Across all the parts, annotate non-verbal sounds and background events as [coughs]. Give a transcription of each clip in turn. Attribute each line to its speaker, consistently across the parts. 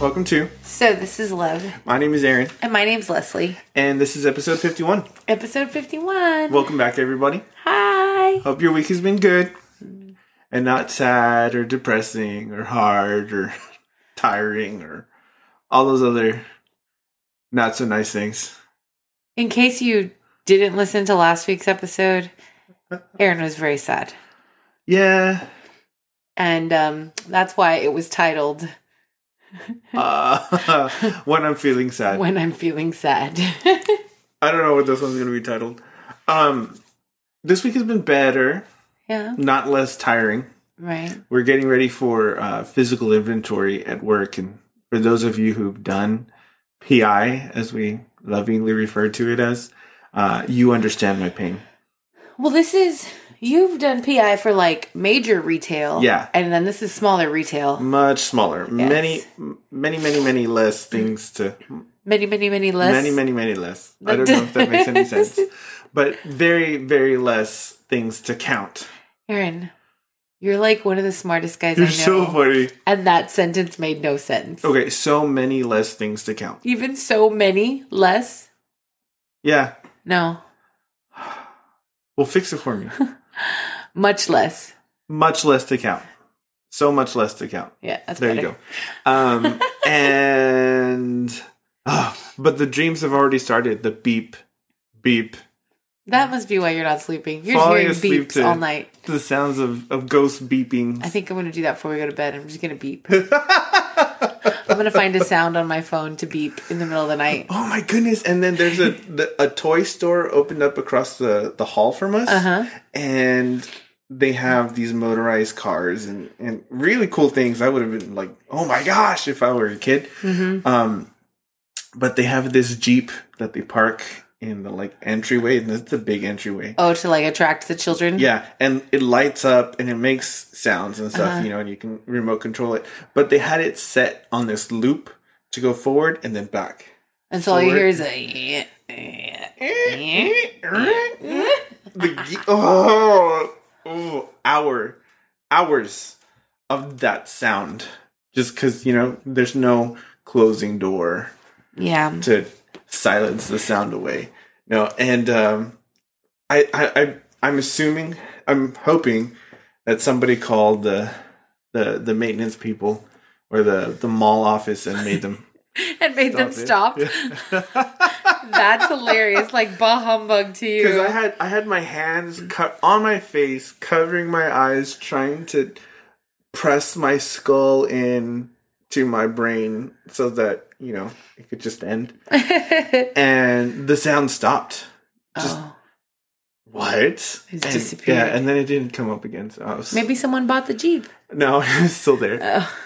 Speaker 1: Welcome to.
Speaker 2: So this is Love,
Speaker 1: My name is Aaron,
Speaker 2: and my name's Leslie.
Speaker 1: and this is episode 51.
Speaker 2: Episode fifty-one.
Speaker 1: Welcome back, everybody.
Speaker 2: Hi.
Speaker 1: Hope your week has been good and not sad or depressing or hard or [laughs] tiring or all those other not so nice things.
Speaker 2: In case you didn't listen to last week's episode, Aaron was very sad,
Speaker 1: Yeah.
Speaker 2: and um, that's why it was titled
Speaker 1: Uh, [laughs] when I'm feeling sad.
Speaker 2: "When I'm Feeling Sad." [laughs]
Speaker 1: I don't know what this one's going to be titled. Um, this week has been better,
Speaker 2: yeah.
Speaker 1: not less tiring.
Speaker 2: Right.
Speaker 1: we're getting ready for uh, physical inventory at work and for those of you who've done pi as we lovingly refer to it as uh, you understand my pain
Speaker 2: Well, this is you've done PI for like major retail.
Speaker 1: Yeah.
Speaker 2: And then this is smaller retail.
Speaker 1: much smaller many
Speaker 2: Yes.
Speaker 1: m- many many many less things to
Speaker 2: Many, many, many less.
Speaker 1: many many many less i don't know if that makes
Speaker 2: [laughs]
Speaker 1: any sense but very very less things to count
Speaker 2: Aaron, you're like one of the smartest guys I
Speaker 1: you're
Speaker 2: know.
Speaker 1: so funny
Speaker 2: and that sentence made no sense.
Speaker 1: okay so many less things to count
Speaker 2: Even so many less.
Speaker 1: yeah
Speaker 2: No,
Speaker 1: well fix it for
Speaker 2: [laughs]
Speaker 1: me
Speaker 2: much less.
Speaker 1: much less to count so much less to count
Speaker 2: Yeah, that's
Speaker 1: There
Speaker 2: better.
Speaker 1: you go.
Speaker 2: [laughs]
Speaker 1: Um, and oh, but the dreams have already started. The beep, beep,
Speaker 2: That must be why you're not sleeping. You're
Speaker 1: Falling
Speaker 2: just hearing
Speaker 1: asleep
Speaker 2: beeps
Speaker 1: to-
Speaker 2: all night.
Speaker 1: the sounds of of ghosts beeping.
Speaker 2: I think I'm gonna do that before we go to bed. I'm just gonna
Speaker 1: [laughs]
Speaker 2: beep. I'm gonna find a sound on my phone to beep in the middle of the night.
Speaker 1: Oh my goodness! And then there's
Speaker 2: [laughs]
Speaker 1: a the, a toy store opened up across the the hall from us,
Speaker 2: Uh-huh.
Speaker 1: and they have these motorized cars and and really cool things. I would have been like, oh my gosh, if I were a kid.
Speaker 2: Mm-hmm.
Speaker 1: Um, but they have this jeep that they park in the like entryway, and it's a big entryway.
Speaker 2: Oh, to like attract the children.
Speaker 1: Yeah, and it lights up and it makes sounds and stuff, you know, and you can remote control it. But they had it set on this loop to go forward and then back.
Speaker 2: And so all you
Speaker 1: Forward.
Speaker 2: hear is a.
Speaker 1: The ge- oh, oh, hour, hours of that sound. Just because, you know, there's no closing door
Speaker 2: Yeah.
Speaker 1: to silence the sound away. No, and um, I, I, I, I'm assuming, I'm hoping that somebody called the, the, the maintenance people or the, the mall office and made them
Speaker 2: And made them stop. [laughs] That's hilarious. Like, bah humbug to you.
Speaker 1: Because I had I had my hands cut on my face, covering my eyes, trying to press my skull in to my brain so that you know it could just end. and the sound stopped. Just
Speaker 2: Oh.
Speaker 1: what? It and,
Speaker 2: disappeared.
Speaker 1: Yeah, and then it didn't come up again. So I was
Speaker 2: Maybe someone bought the Jeep.
Speaker 1: [laughs] no, [laughs] it's still there.
Speaker 2: Oh.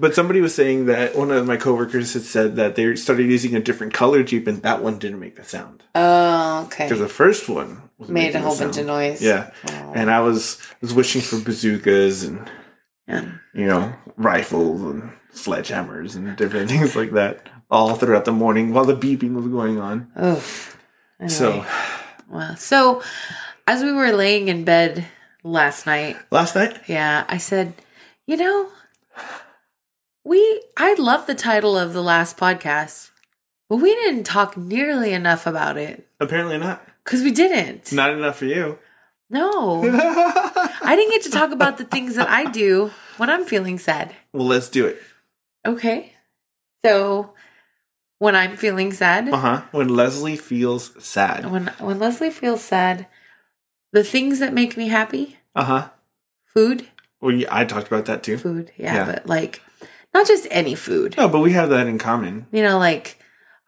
Speaker 1: But somebody was saying that one of my coworkers had said that they started using a different color jeep, and that one didn't make the sound
Speaker 2: Oh, okay.
Speaker 1: because the first one was
Speaker 2: Made
Speaker 1: making
Speaker 2: a
Speaker 1: the
Speaker 2: whole bunch
Speaker 1: sound.
Speaker 2: of noise.
Speaker 1: Yeah.
Speaker 2: Oh.
Speaker 1: And I was was wishing for bazookas and
Speaker 2: Yeah.
Speaker 1: you know rifles and sledgehammers and different [laughs] things like that all throughout the morning while the beeping was going on.
Speaker 2: Oof. Anyway.
Speaker 1: So
Speaker 2: wow. So, as we were laying in bed last night,
Speaker 1: last night,
Speaker 2: yeah, I said, you know, we I love the title of the last podcast, but we didn't talk nearly enough about it
Speaker 1: apparently not
Speaker 2: because we didn't.
Speaker 1: not enough for you. [laughs]
Speaker 2: No,
Speaker 1: well,
Speaker 2: I didn't get to talk about the things that I do when I'm feeling sad.
Speaker 1: let's do it.
Speaker 2: Okay, so when I'm feeling sad,
Speaker 1: Uh huh. When Leslie feels sad.
Speaker 2: when when Leslie feels sad, the things that make me happy,
Speaker 1: Uh huh.
Speaker 2: food,
Speaker 1: Well, yeah, I talked about that too.
Speaker 2: food. Yeah,
Speaker 1: Yeah.
Speaker 2: but like not just any food.
Speaker 1: No, but we have that in common.
Speaker 2: You know, like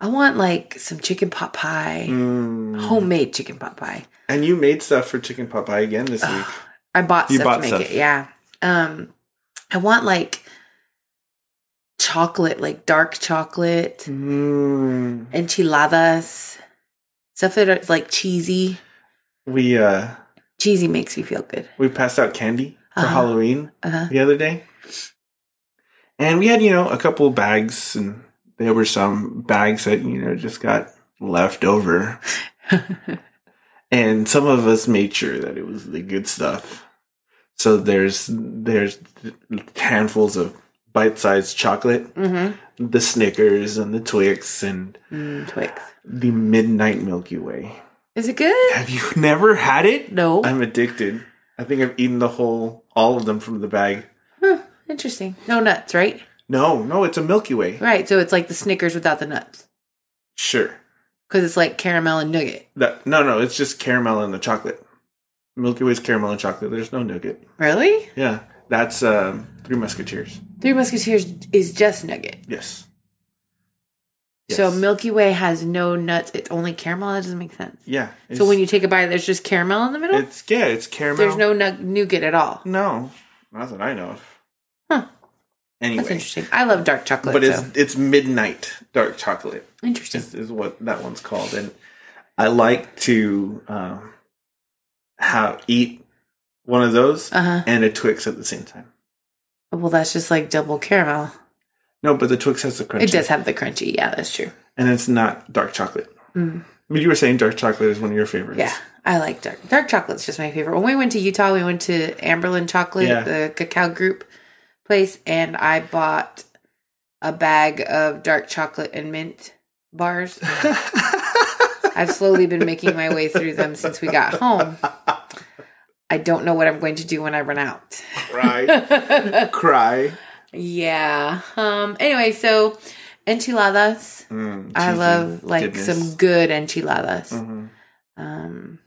Speaker 2: I want like some chicken pot pie,
Speaker 1: Mm.
Speaker 2: homemade chicken pot pie.
Speaker 1: And you made stuff for chicken pot pie again this week.
Speaker 2: I bought
Speaker 1: You
Speaker 2: stuff
Speaker 1: bought
Speaker 2: to make
Speaker 1: stuff.
Speaker 2: it. Yeah. Um I want like chocolate, like dark chocolate,
Speaker 1: Mm.
Speaker 2: enchiladas, stuff that are like cheesy.
Speaker 1: We uh
Speaker 2: Cheesy makes me feel good.
Speaker 1: we passed out candy for
Speaker 2: Uh-huh.
Speaker 1: Halloween.
Speaker 2: Uh-huh.
Speaker 1: the other day. And we had, you know, a couple bags, and there were some bags that, you know, just got left over. and some of us made sure that it was the good stuff. So there's there's handfuls of bite-sized chocolate,
Speaker 2: Mm-hmm.
Speaker 1: the Snickers and the Twix and
Speaker 2: Mm, Twix.
Speaker 1: the Midnight Milky Way.
Speaker 2: Is it good?
Speaker 1: Have you [laughs] never had it?
Speaker 2: No.
Speaker 1: I'm addicted. I think I've eaten the whole all of them from the bag.
Speaker 2: Huh, interesting. No nuts, right?
Speaker 1: No, no, it's a Milky Way.
Speaker 2: Right. So it's like the Snickers without the nuts
Speaker 1: Sure.
Speaker 2: because it's like caramel and nougat.
Speaker 1: That no, no, it's just caramel and the chocolate. Milky Way's caramel and chocolate. There's no nougat.
Speaker 2: Really?
Speaker 1: Yeah, that's um, Three Musketeers.
Speaker 2: Three Musketeers is just nougat.
Speaker 1: Yes.
Speaker 2: So
Speaker 1: Yes.
Speaker 2: Milky Way has no nuts. It's only caramel. That doesn't make sense.
Speaker 1: Yeah.
Speaker 2: so when you take a bite, there's just caramel in the middle.
Speaker 1: it's yeah, it's caramel.
Speaker 2: There's no nug- nougat at all.
Speaker 1: no, not that I know of.
Speaker 2: Huh.
Speaker 1: Anyway,
Speaker 2: That's interesting. uh, I love dark chocolate.
Speaker 1: but it's
Speaker 2: so.
Speaker 1: it's midnight dark chocolate.
Speaker 2: interesting.
Speaker 1: is, is what that one's called. And I like to um, have eat one of those
Speaker 2: Uh huh.
Speaker 1: and a Twix at the same time.
Speaker 2: Well, that's just like double caramel.
Speaker 1: No, but the Twix has the crunchy,
Speaker 2: It does have the crunchy. Yeah, that's true.
Speaker 1: and it's not dark chocolate.
Speaker 2: Mm.
Speaker 1: But you were saying dark chocolate is one of your favorites.
Speaker 2: [laughs] Yeah, I like dark dark chocolate's just my favorite. When we went to Utah, we went to Amberlin Chocolate,
Speaker 1: Yeah.
Speaker 2: the cacao group place, and I bought a bag of dark chocolate and mint bars. I've slowly been making my way through them since we got home. I don't know what I'm going to do when I
Speaker 1: [laughs]
Speaker 2: run out.
Speaker 1: Cry, cry.
Speaker 2: yeah. Um anyway, so enchiladas.
Speaker 1: Mm,
Speaker 2: I
Speaker 1: cheesy
Speaker 2: love like
Speaker 1: goodness.
Speaker 2: some good enchiladas.
Speaker 1: Mhm.
Speaker 2: Um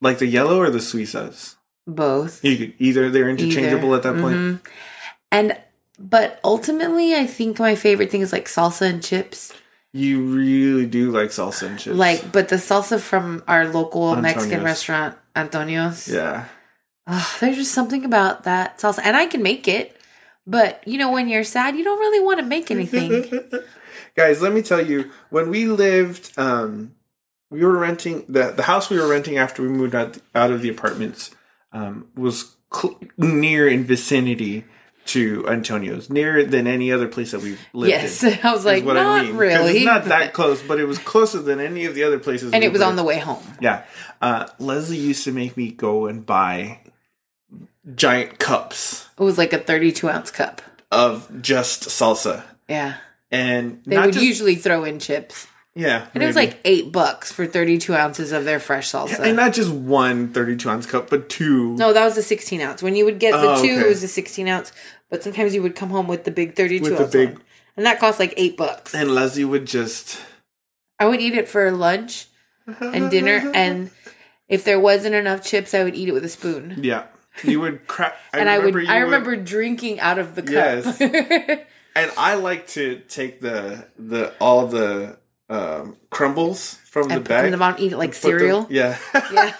Speaker 1: like the yellow or the suizas.
Speaker 2: both.
Speaker 1: You could, either they're interchangeable
Speaker 2: either.
Speaker 1: at that point.
Speaker 2: Mhm. And but ultimately, I think my favorite thing is like salsa and chips.
Speaker 1: You really do like salsa and chips.
Speaker 2: Like, but the salsa from our local Mexican
Speaker 1: Antonio's.
Speaker 2: restaurant Antonio's.
Speaker 1: yeah,
Speaker 2: Ugh, there's just something about that salsa, and I can make it. But you know, when you're sad, you don't really want to
Speaker 1: [laughs]
Speaker 2: make anything.
Speaker 1: Guys, let me tell you, when we lived, um, we were renting the the house we were renting after we moved out out of the apartments um, was cl- near in vicinity to Antonio's, nearer than any other place that we've lived.
Speaker 2: yes, [laughs]
Speaker 1: in, is
Speaker 2: I was like,
Speaker 1: what
Speaker 2: not
Speaker 1: 'Cause
Speaker 2: really.
Speaker 1: It's not
Speaker 2: [laughs]
Speaker 1: that close, but it was closer than any of the other places.
Speaker 2: and it
Speaker 1: we've
Speaker 2: was on
Speaker 1: lived.
Speaker 2: the way home.
Speaker 1: Yeah. Uh, Leslie used to make me go and buy giant cups
Speaker 2: It was like a 32 ounce cup.
Speaker 1: of just salsa.
Speaker 2: Yeah,
Speaker 1: And
Speaker 2: they
Speaker 1: not
Speaker 2: would
Speaker 1: just,
Speaker 2: usually throw in chips,
Speaker 1: yeah,
Speaker 2: and it was
Speaker 1: maybe.
Speaker 2: like eight bucks for 32 ounces of their fresh salsa.
Speaker 1: and not just one 32 ounce cup, but two.
Speaker 2: No, that was the 16 ounce. When you would get the
Speaker 1: Oh,
Speaker 2: two,
Speaker 1: okay.
Speaker 2: it was the 16 ounce. But sometimes you would come home with the big 32
Speaker 1: With the
Speaker 2: ounce
Speaker 1: big-
Speaker 2: one. And that cost like eight bucks.
Speaker 1: And Leslie would just
Speaker 2: I would eat it for lunch
Speaker 1: Mm-hmm,
Speaker 2: and dinner. And if there wasn't enough chips, I would eat it with a spoon.
Speaker 1: yeah, you would crack.
Speaker 2: and I would,
Speaker 1: you
Speaker 2: I remember drinking out of the cup. [laughs]
Speaker 1: and I like to take the the all the um, crumbles from the
Speaker 2: and put them in
Speaker 1: bag.
Speaker 2: the bottom, eat it like
Speaker 1: put them-
Speaker 2: cereal.
Speaker 1: [laughs] yeah,
Speaker 2: Yeah.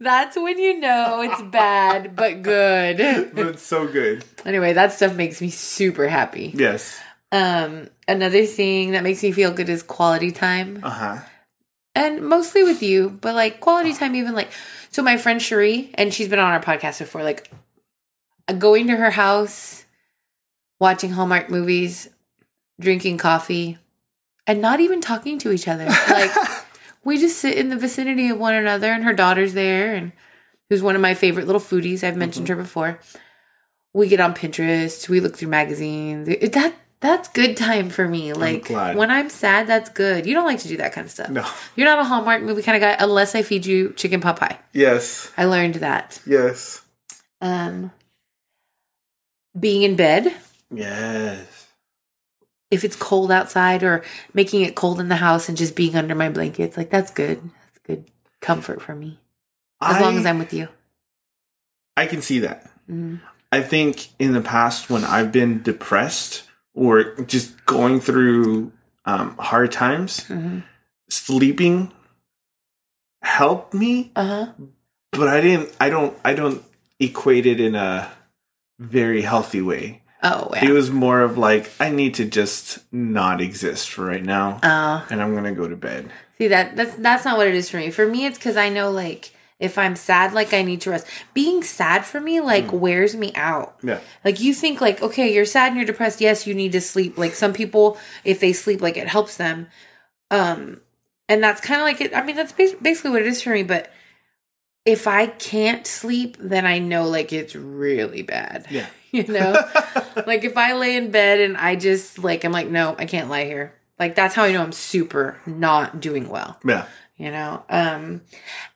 Speaker 2: that's when you know it's bad, but good.
Speaker 1: but it's so good.
Speaker 2: [laughs] Anyway, that stuff makes me super happy.
Speaker 1: Yes.
Speaker 2: Um, another thing that makes me feel good is quality time,
Speaker 1: Uh huh.
Speaker 2: and mostly with you, but like quality time, even like so. My friend Cherie, and she's been on our podcast before. Like going to her house, watching Hallmark movies, drinking coffee, and not even talking to each other. Like we just sit in the vicinity of one another, and her daughter's there, and who's one of my favorite little foodies. I've mentioned her before. We get on Pinterest. We look through magazines. It- That that's good time for me. Like
Speaker 1: glad.
Speaker 2: when I'm sad, that's good. You don't like to do that kind of stuff.
Speaker 1: No.
Speaker 2: You're not a Hallmark movie kind of guy unless I feed you chicken pot pie.
Speaker 1: Yes.
Speaker 2: I learned that.
Speaker 1: Yes.
Speaker 2: Um, being in bed
Speaker 1: Yes.
Speaker 2: if it's cold outside or making it cold in the house and just being under my blankets like that's good. That's good comfort for me as long as I'm with you.
Speaker 1: I can see that.
Speaker 2: Mm.
Speaker 1: I think in the past when I've been depressed or just going through um, hard times,
Speaker 2: Mhm.
Speaker 1: sleeping helped me,
Speaker 2: Uh huh.
Speaker 1: but I didn't. I don't. I don't equate it in a very healthy way.
Speaker 2: Oh
Speaker 1: It
Speaker 2: yeah.
Speaker 1: was more of like I need to just not exist for right now,
Speaker 2: Uh,
Speaker 1: and I'm gonna go to bed.
Speaker 2: See that that's that's not what it is for me. For me, it's because I know like if I'm sad, like I need to rest. Being sad for me like wears me out.
Speaker 1: Yeah.
Speaker 2: Like you think like okay, you're sad and you're depressed. Yes, you need to sleep. Like some people, if they sleep, like it helps them. Um, and that's kind of like it. I mean, that's bas- basically what it is for me. But if I can't sleep, then I know like it's really bad.
Speaker 1: Yeah.
Speaker 2: [laughs] You know? like if I lay in bed and I just like I'm like, no, I can't lie here. Like that's how I know I'm super not doing well.
Speaker 1: Yeah.
Speaker 2: You know? Um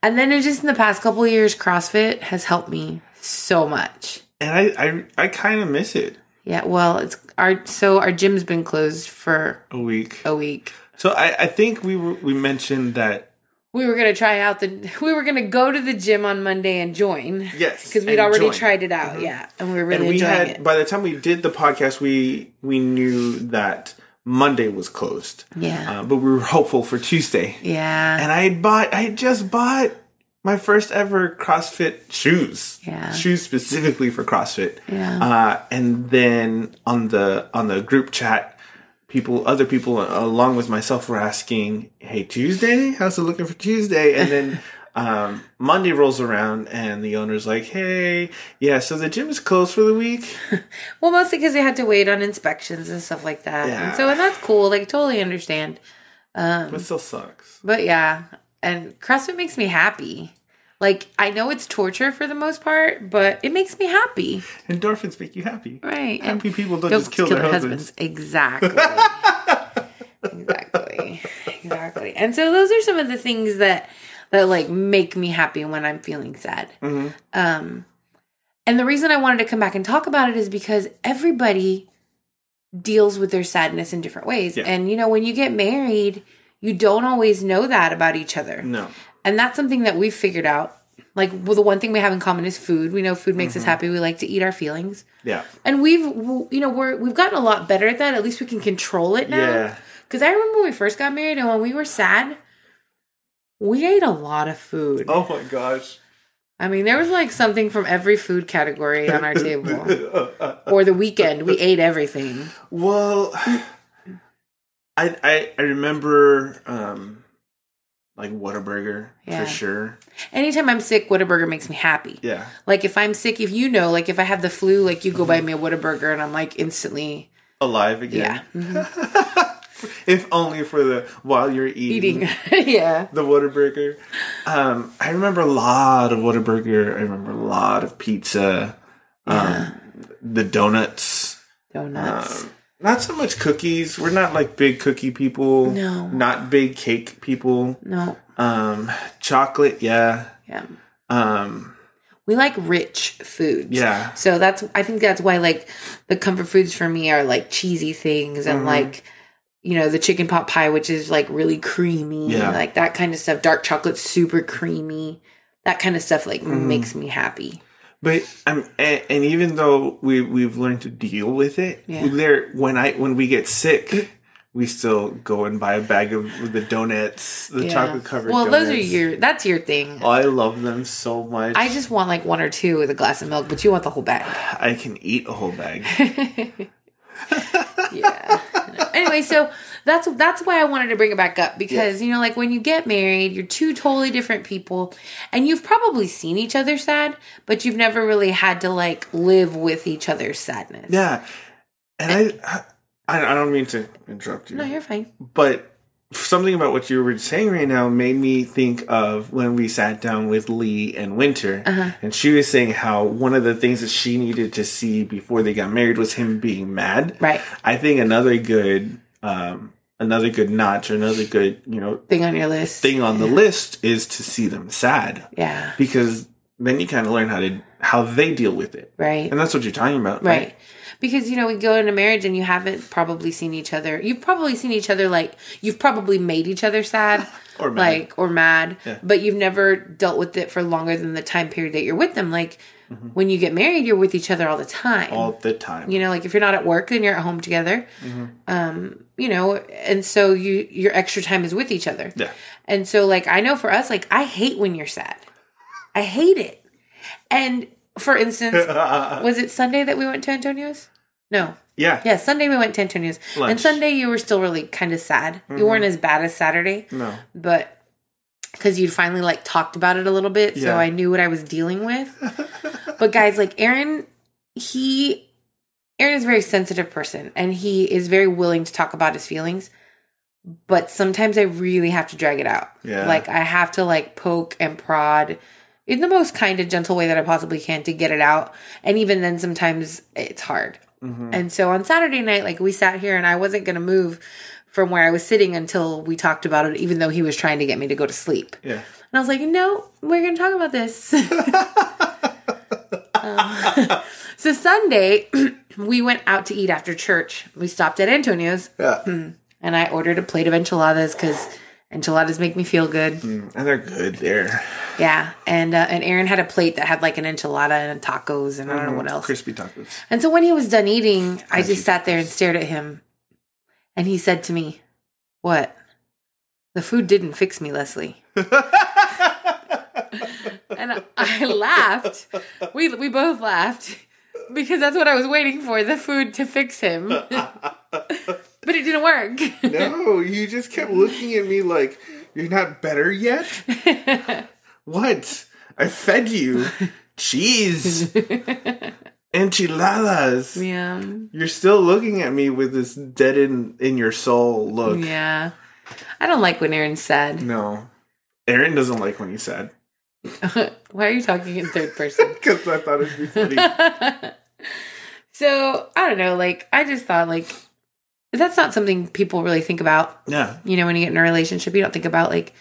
Speaker 2: and then it just in the past couple of years, CrossFit has helped me so much.
Speaker 1: And I I, I kind of miss it
Speaker 2: Yeah, well it's our so our gym's been closed for
Speaker 1: a week.
Speaker 2: a week.
Speaker 1: So I I think we were, we mentioned that
Speaker 2: We were gonna try out the [laughs] we were gonna go to the gym on Monday and join.
Speaker 1: Yes,
Speaker 2: Because
Speaker 1: and
Speaker 2: we'd already
Speaker 1: join. Mm-hmm.
Speaker 2: tried it out, yeah. And we were really
Speaker 1: and we
Speaker 2: enjoying
Speaker 1: had
Speaker 2: it.
Speaker 1: by the time we did the podcast we we knew that Monday was closed.
Speaker 2: Yeah.
Speaker 1: Uh, but we were [laughs] hopeful for Tuesday.
Speaker 2: yeah.
Speaker 1: And I had bought I had just bought my first ever CrossFit shoes.
Speaker 2: Yeah.
Speaker 1: Shoes specifically for CrossFit.
Speaker 2: Yeah.
Speaker 1: Uh, and then on the on the group chat, people, other people, along with myself, were asking, "Hey, Tuesday? How's it looking for Tuesday?" And [laughs] then um, Monday rolls around, and the owner's like, "Hey, yeah, so the gym is closed for the week."
Speaker 2: Well, mostly because they had to wait on inspections and stuff like that.
Speaker 1: Yeah.
Speaker 2: And so, and that's cool. Like, totally understand.
Speaker 1: But still sucks.
Speaker 2: But yeah, and CrossFit makes me happy. Like, I know it's torture for the most part, but it makes me happy.
Speaker 1: Endorphins make you happy.
Speaker 2: Right. and
Speaker 1: Happy people don't, just kill, their, husbands.
Speaker 2: Exactly. exactly. Exactly. And so those are some of the things that that like make me happy when I'm feeling sad.
Speaker 1: Mm-hmm.
Speaker 2: Um and the reason I wanted to come back and talk about it is because everybody deals with their sadness in different ways.
Speaker 1: Yeah.
Speaker 2: And you know, when you get married, you don't always know that about each other.
Speaker 1: No.
Speaker 2: And that's something that we've figured out. Like well, the one thing we have in common is food. We know food makes
Speaker 1: Mm-hmm.
Speaker 2: us happy. We like to eat our feelings
Speaker 1: Yeah.
Speaker 2: and we've w- you know we're we've gotten a lot better at that at least we can control it now
Speaker 1: Yeah.
Speaker 2: because i remember when we first got married and when we were sad we ate a lot of food
Speaker 1: Oh my gosh.
Speaker 2: i mean there was like something from every food category on our table
Speaker 1: [laughs]
Speaker 2: or the weekend we ate everything
Speaker 1: Well, I I, I remember um, like Whataburger
Speaker 2: Yeah.
Speaker 1: for sure.
Speaker 2: anytime i'm sick whataburger makes me happy
Speaker 1: Yeah,
Speaker 2: like if i'm sick if you know like if i have the flu like you go buy me a whataburger and i'm like instantly
Speaker 1: alive again.
Speaker 2: yeah mhm,
Speaker 1: [laughs] If only for the while you're eating,
Speaker 2: eating [laughs] yeah
Speaker 1: the Whataburger. Um, I remember a lot of Whataburger. I remember a lot of pizza. Um, The donuts.
Speaker 2: donuts
Speaker 1: Um, not so much cookies. We're not like big cookie people.
Speaker 2: No.
Speaker 1: Not big cake people.
Speaker 2: no
Speaker 1: Um, chocolate, yeah.
Speaker 2: yeah
Speaker 1: Um,
Speaker 2: we like rich foods
Speaker 1: yeah.
Speaker 2: So that's I think that's why like the comfort foods for me are like cheesy things and
Speaker 1: Mhm.
Speaker 2: like you know the chicken pot pie which is like really creamy
Speaker 1: Yeah.
Speaker 2: like that kind of stuff dark chocolate super creamy that kind of stuff like
Speaker 1: Mm-hmm.
Speaker 2: makes me happy.
Speaker 1: But um, and, and even though we we've learned to deal with it,
Speaker 2: Yeah.
Speaker 1: we there when I when we get sick, we still go and buy a bag of the donuts, the
Speaker 2: Yeah.
Speaker 1: chocolate covered.
Speaker 2: Well, those are
Speaker 1: donuts.
Speaker 2: your that's your thing.
Speaker 1: Oh, I love them so much.
Speaker 2: I
Speaker 1: I,
Speaker 2: just want like one or two with a glass of milk, but you want the whole bag.
Speaker 1: can eat a whole bag.
Speaker 2: [laughs] Yeah. anyway, so that's that's why I wanted to bring it back up because you know like when you get married, you're two totally different people and you've probably seen each other sad, but you've never really had to like live with each other's sadness.
Speaker 1: yeah, and I, I I don't mean to interrupt you.
Speaker 2: No, you're fine.
Speaker 1: but something about what you were saying right now made me think of when we sat down with Lee and Winter,
Speaker 2: Uh-huh.
Speaker 1: and she was saying how one of the things that she needed to see before they got married was him being mad.
Speaker 2: Right.
Speaker 1: I think another good, um, another good notch, another good you know
Speaker 2: Thing on your list.
Speaker 1: thing on the list is to see them sad
Speaker 2: Yeah.
Speaker 1: because then you kind of learn how to how they deal with it,
Speaker 2: Right.
Speaker 1: and that's what you're talking about,
Speaker 2: Right. Because you know, we go into marriage and you haven't probably seen each other. You've probably seen each other like you've probably made each other sad
Speaker 1: [laughs] Or mad.
Speaker 2: like or mad,
Speaker 1: Yeah.
Speaker 2: but you've never dealt with it for longer than the time period that you're with them. Like when you get married, you're with each other all the time.
Speaker 1: Mm-hmm. all Mm-hmm. the time.
Speaker 2: you know, like if you're not at work, then you're at home together. Um, you know, and so you your extra time is with each other.
Speaker 1: Yeah. [laughs]
Speaker 2: And so, like, I know for us, like, I hate when you're sad. I hate it. And for
Speaker 1: [laughs]
Speaker 2: instance, was it Sunday that we went to Antonio's? No.
Speaker 1: yeah,
Speaker 2: Yeah, Sunday we went to Antonio's. And
Speaker 1: Lunch. Mm-hmm.
Speaker 2: Sunday you were still really kind of sad. You weren't as bad as Saturday,
Speaker 1: no, [laughs]
Speaker 2: but because you'd finally like talked about it a little bit. So
Speaker 1: Yeah.
Speaker 2: I knew what I was dealing with. but guys, like, Aaron, he. Aaron is a very sensitive person and he is very willing to talk about his feelings. But sometimes I really have to drag it out.
Speaker 1: yeah,
Speaker 2: Like I have to like poke and prod. in the most kind and gentle way that I possibly can to get it out. And even then, sometimes it's hard. And so on Saturday night, like we sat here and I wasn't going to move from where I was sitting until we talked about it, even though he was trying to get me to go to sleep.
Speaker 1: Yeah.
Speaker 2: And I was like, no, we're going to talk about this. [laughs] Um, [laughs] so Sunday, [clears throat] we went out to eat after church. We stopped at Antonio's
Speaker 1: Yeah.
Speaker 2: and I ordered a plate of enchiladas because enchiladas make me feel good.
Speaker 1: Mm, And they're good there.
Speaker 2: Yeah. And, uh, and Aaron had a plate that had like an enchilada and tacos and I don't know what else.
Speaker 1: Crispy
Speaker 2: [laughs]
Speaker 1: tacos.
Speaker 2: And so when he was done eating, I just sat there and stared at him. And he said to me, What? The food didn't fix me, Leslie. and I laughed. We, we both laughed because that's what I was waiting for the food to fix him. but it didn't work. [laughs]
Speaker 1: No, you just kept looking at me like, you're not better
Speaker 2: [laughs]
Speaker 1: yet? what? I fed you
Speaker 2: [laughs]
Speaker 1: cheese, enchiladas.
Speaker 2: yeah.
Speaker 1: You're still looking at me with this dead in, in your soul look.
Speaker 2: Yeah. I don't like when Aaron's sad. [laughs]
Speaker 1: No. Aaron doesn't like when he's sad. [laughs]
Speaker 2: Why are you talking in third person?
Speaker 1: Because I thought it'd be
Speaker 2: [laughs]
Speaker 1: funny.
Speaker 2: so I don't know. Like I just thought like that's not something people really think about.
Speaker 1: yeah.
Speaker 2: You know, when you get in a relationship, you don't think about like,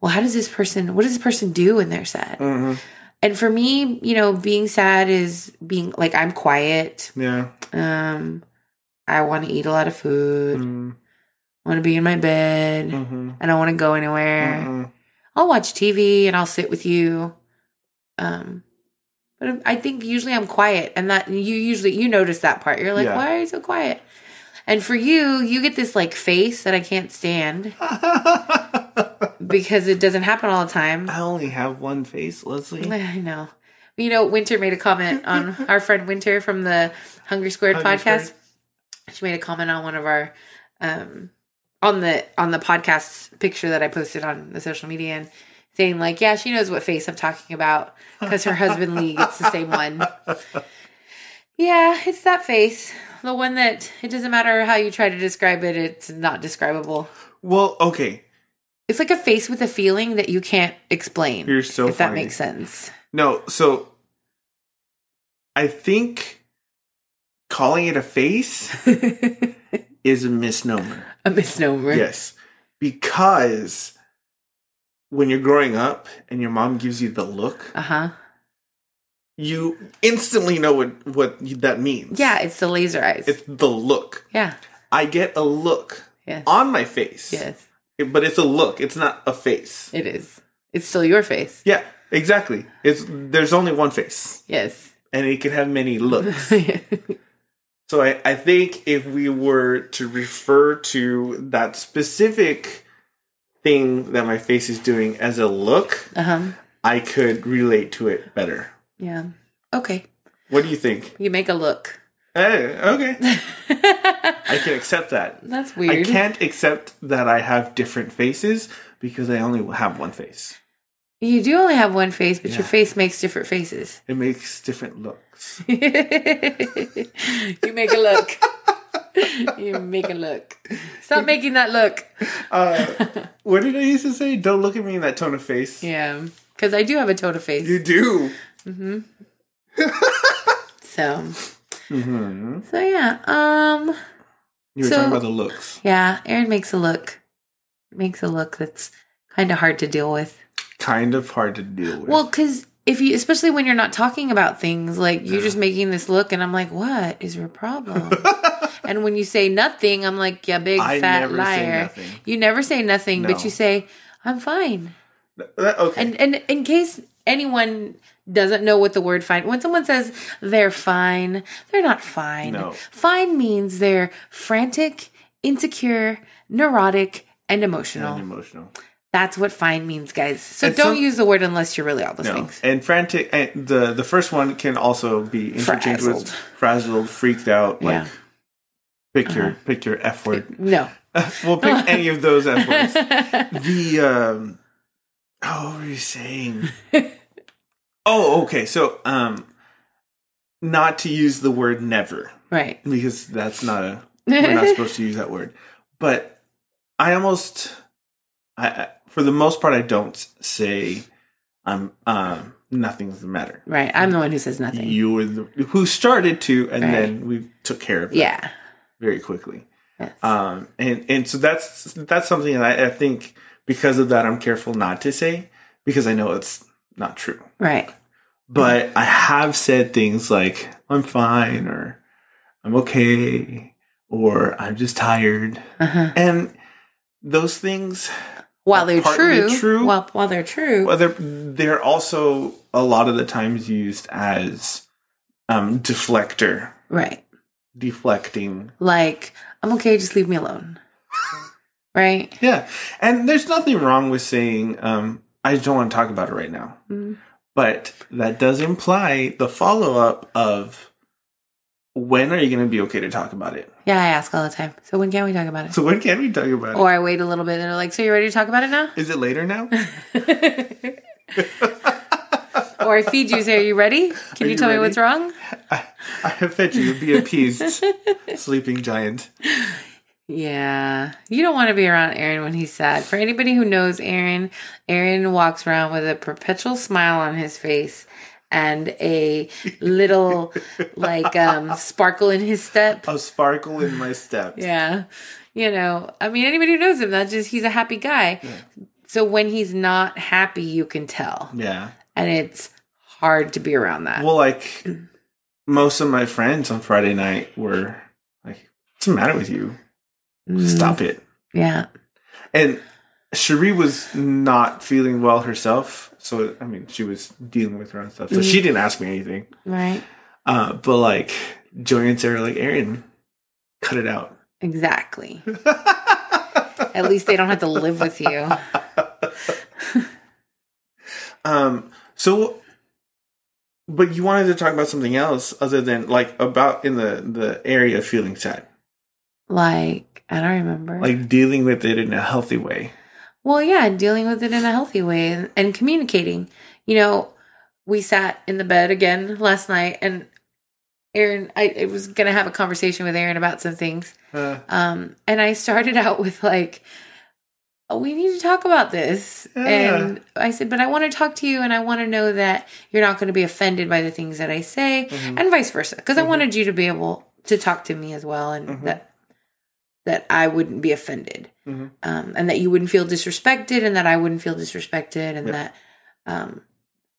Speaker 2: well, how does this person? What does this person do when they're sad?
Speaker 1: hmm
Speaker 2: And for me, you know, being sad is being like I'm quiet.
Speaker 1: Yeah.
Speaker 2: Um, I want to eat a lot of food.
Speaker 1: Mm-hmm.
Speaker 2: I want to be in my bed. I don't want to go anywhere. I'll watch TV and I'll sit with you. Um, but I think usually I'm quiet, and that you usually you notice that part. You're like,
Speaker 1: Yeah.
Speaker 2: why are you so quiet? And for you, you get this like face that I can't stand
Speaker 1: Uh,
Speaker 2: because it doesn't happen all the time.
Speaker 1: Mm-hmm. [laughs] I only have one face, Leslie.
Speaker 2: [laughs] I know. You know, Winter made a
Speaker 1: [laughs]
Speaker 2: comment on our friend Winter from the Hungry Squared
Speaker 1: Hungry
Speaker 2: podcast.
Speaker 1: Squared.
Speaker 2: She made a comment on one of our um on the on the podcast picture that I posted on the social media and saying like, yeah, she knows what face I'm talking about because her husband Lee gets the same
Speaker 1: [laughs]
Speaker 2: one. Yeah, it's that face. The one that it doesn't matter how you try to describe it, it's not describable.
Speaker 1: Well, okay.
Speaker 2: It's like a face with a feeling that you can't explain.
Speaker 1: You're so
Speaker 2: if that
Speaker 1: funny.
Speaker 2: makes sense.
Speaker 1: [laughs] No, so I think calling it a face is a misnomer.
Speaker 2: a misnomer.
Speaker 1: Yes. Because when you're growing up and your mom gives you the look,
Speaker 2: Uh huh.
Speaker 1: you instantly know what what that means.
Speaker 2: Yeah, it's the laser eyes.
Speaker 1: It's the look.
Speaker 2: yeah.
Speaker 1: I get a look
Speaker 2: Yes.
Speaker 1: on my face.
Speaker 2: Yes.
Speaker 1: But it's a look. It's not a face.
Speaker 2: It is. It's still your face.
Speaker 1: Yeah, exactly. It's there's only one face
Speaker 2: Yes. [laughs] Uh-huh.
Speaker 1: and it can have many looks.
Speaker 2: yeah.
Speaker 1: So I, I think if we were to refer to that specific thing that my face is doing as a look,
Speaker 2: Uh-huh.
Speaker 1: I could relate to it better.
Speaker 2: Yeah. Okay.
Speaker 1: What do you think?
Speaker 2: You make a look.
Speaker 1: Hey,
Speaker 2: [laughs]
Speaker 1: okay.
Speaker 2: That's
Speaker 1: I can accept that. I
Speaker 2: weird.
Speaker 1: can't accept that I have different faces because I only have one face.
Speaker 2: You do only have one face, but your
Speaker 1: Yeah.
Speaker 2: face makes different faces. [laughs]
Speaker 1: It makes different looks.
Speaker 2: you make a look. you make a look. Stop making that look.
Speaker 1: Uh, what did I used to say? Don't look at me in that tone of face.
Speaker 2: Yeah. Because I do have a total face.
Speaker 1: You do.
Speaker 2: So.
Speaker 1: Mm-hmm.
Speaker 2: So yeah. Um.
Speaker 1: You were
Speaker 2: So-
Speaker 1: talking about the looks.
Speaker 2: Yeah, Aaron makes a look. Makes a look that's kind of hard to deal with.
Speaker 1: Kind of hard to deal with.
Speaker 2: Well, because if you, especially when you're not talking about things, like you're just making this look, and I'm like, what is
Speaker 1: [laughs]
Speaker 2: your problem? and when you say nothing, I'm like, yeah, big
Speaker 1: I
Speaker 2: fat
Speaker 1: never say
Speaker 2: liar.
Speaker 1: nothing.
Speaker 2: You never say nothing, but
Speaker 1: No.
Speaker 2: you say, I'm fine.
Speaker 1: That- okay.
Speaker 2: And and in case anyone doesn't know what the word fine, when someone says they're fine, they're not fine.
Speaker 1: No.
Speaker 2: Fine means they're frantic, insecure, neurotic, and emotional.
Speaker 1: and emotional.
Speaker 2: That's what fine means, guys. So
Speaker 1: And
Speaker 2: don't
Speaker 1: some-
Speaker 2: use the word unless you're really all those
Speaker 1: No.
Speaker 2: things.
Speaker 1: And frantic. And the the first one can also be interchanged
Speaker 2: Frazzled.
Speaker 1: with frazzled, freaked out. Like
Speaker 2: Yeah. Uh-huh.
Speaker 1: pick your pick your f word.
Speaker 2: No. [laughs]
Speaker 1: [laughs] we'll pick any of those f words. The um, oh, what were you
Speaker 2: [laughs]
Speaker 1: saying? oh, okay. So um, not to use the word never
Speaker 2: right.
Speaker 1: because that's not a we're
Speaker 2: [laughs]
Speaker 1: not supposed to use that word. But I almost, I, I for the most part, I don't say I'm um nothing's the matter.
Speaker 2: Right. I'm the one who says nothing.
Speaker 1: You were the, who started to, and
Speaker 2: Right.
Speaker 1: then we took care of it
Speaker 2: yeah.
Speaker 1: very quickly.
Speaker 2: Yes.
Speaker 1: Um, and and so that's that's something that I, I think because of that I'm careful not to say because I know it's not true.
Speaker 2: right.
Speaker 1: But I have said things like I'm fine or I'm okay or I'm just tired,
Speaker 2: Uh-huh.
Speaker 1: and those things
Speaker 2: While they're
Speaker 1: uh, Partly
Speaker 2: true,
Speaker 1: true.
Speaker 2: While, while they're true.
Speaker 1: Well, they're they're also a lot of the times used as um, deflector,
Speaker 2: right.
Speaker 1: deflecting.
Speaker 2: Like, I'm okay. Just leave me
Speaker 1: [laughs]
Speaker 2: alone. right.
Speaker 1: Yeah, and there's nothing wrong with saying um, I just don't want to talk about it right now,
Speaker 2: Mm.
Speaker 1: but that does imply the follow up of when are you going to be okay to talk about it?
Speaker 2: Yeah. I ask all the time. So when can we talk about it?
Speaker 1: So when can we talk about
Speaker 2: Or I wait a little bit and they're like, so you ready to talk about it now? [laughs]
Speaker 1: it? Is it later now?
Speaker 2: or I feed you, say, are you ready? Can
Speaker 1: Are
Speaker 2: you,
Speaker 1: you
Speaker 2: tell
Speaker 1: ready?
Speaker 2: me what's wrong?
Speaker 1: I, I bet you would be
Speaker 2: [laughs]
Speaker 1: appeased, sleeping giant.
Speaker 2: Yeah. You don't want to be around Aaron when he's sad. For anybody who knows Aaron, Aaron walks around with a perpetual smile on his face and a little like um sparkle in his step.
Speaker 1: A sparkle in my step.
Speaker 2: Yeah. You know, I mean anybody who knows him, that's just he's a happy guy. So when he's not happy, you can tell.
Speaker 1: yeah.
Speaker 2: And it's hard to be around that.
Speaker 1: Well, like most of my friends on Friday night were like, "What's the matter with you?
Speaker 2: Mm,
Speaker 1: Stop it!"
Speaker 2: Yeah.
Speaker 1: And Cherie was not feeling well herself, so I mean, she was dealing with her own stuff, so she
Speaker 2: Mm.
Speaker 1: didn't ask me anything.
Speaker 2: Right.
Speaker 1: Uh, but like Joey and Sarah, were like Aaron, cut it out. [laughs]
Speaker 2: Exactly. At least they don't have to live with you.
Speaker 1: Um, so, but you wanted to talk about something else other than like about in the the area of feeling sad,
Speaker 2: Like, I don't remember.
Speaker 1: like dealing with it in a healthy way.
Speaker 2: Well, yeah, dealing with it in a healthy way and, and communicating. You know, we sat in the bed again last night and Aaron, I, I was going to have a conversation with Aaron about some things.
Speaker 1: Uh,
Speaker 2: Um, and I started [laughs] out with like, "Oh, we need to talk about this.
Speaker 1: Yeah.
Speaker 2: And I said, but I want to talk to you and I want to know that you're not going to be offended by the things that I say
Speaker 1: Mhm.
Speaker 2: and vice versa. because I
Speaker 1: Mhm.
Speaker 2: wanted you to be able to talk to me as well and
Speaker 1: Mhm.
Speaker 2: that, that I wouldn't be offended
Speaker 1: mhm.
Speaker 2: um, and that you wouldn't feel disrespected and that I wouldn't feel disrespected and
Speaker 1: Yeah.
Speaker 2: that um,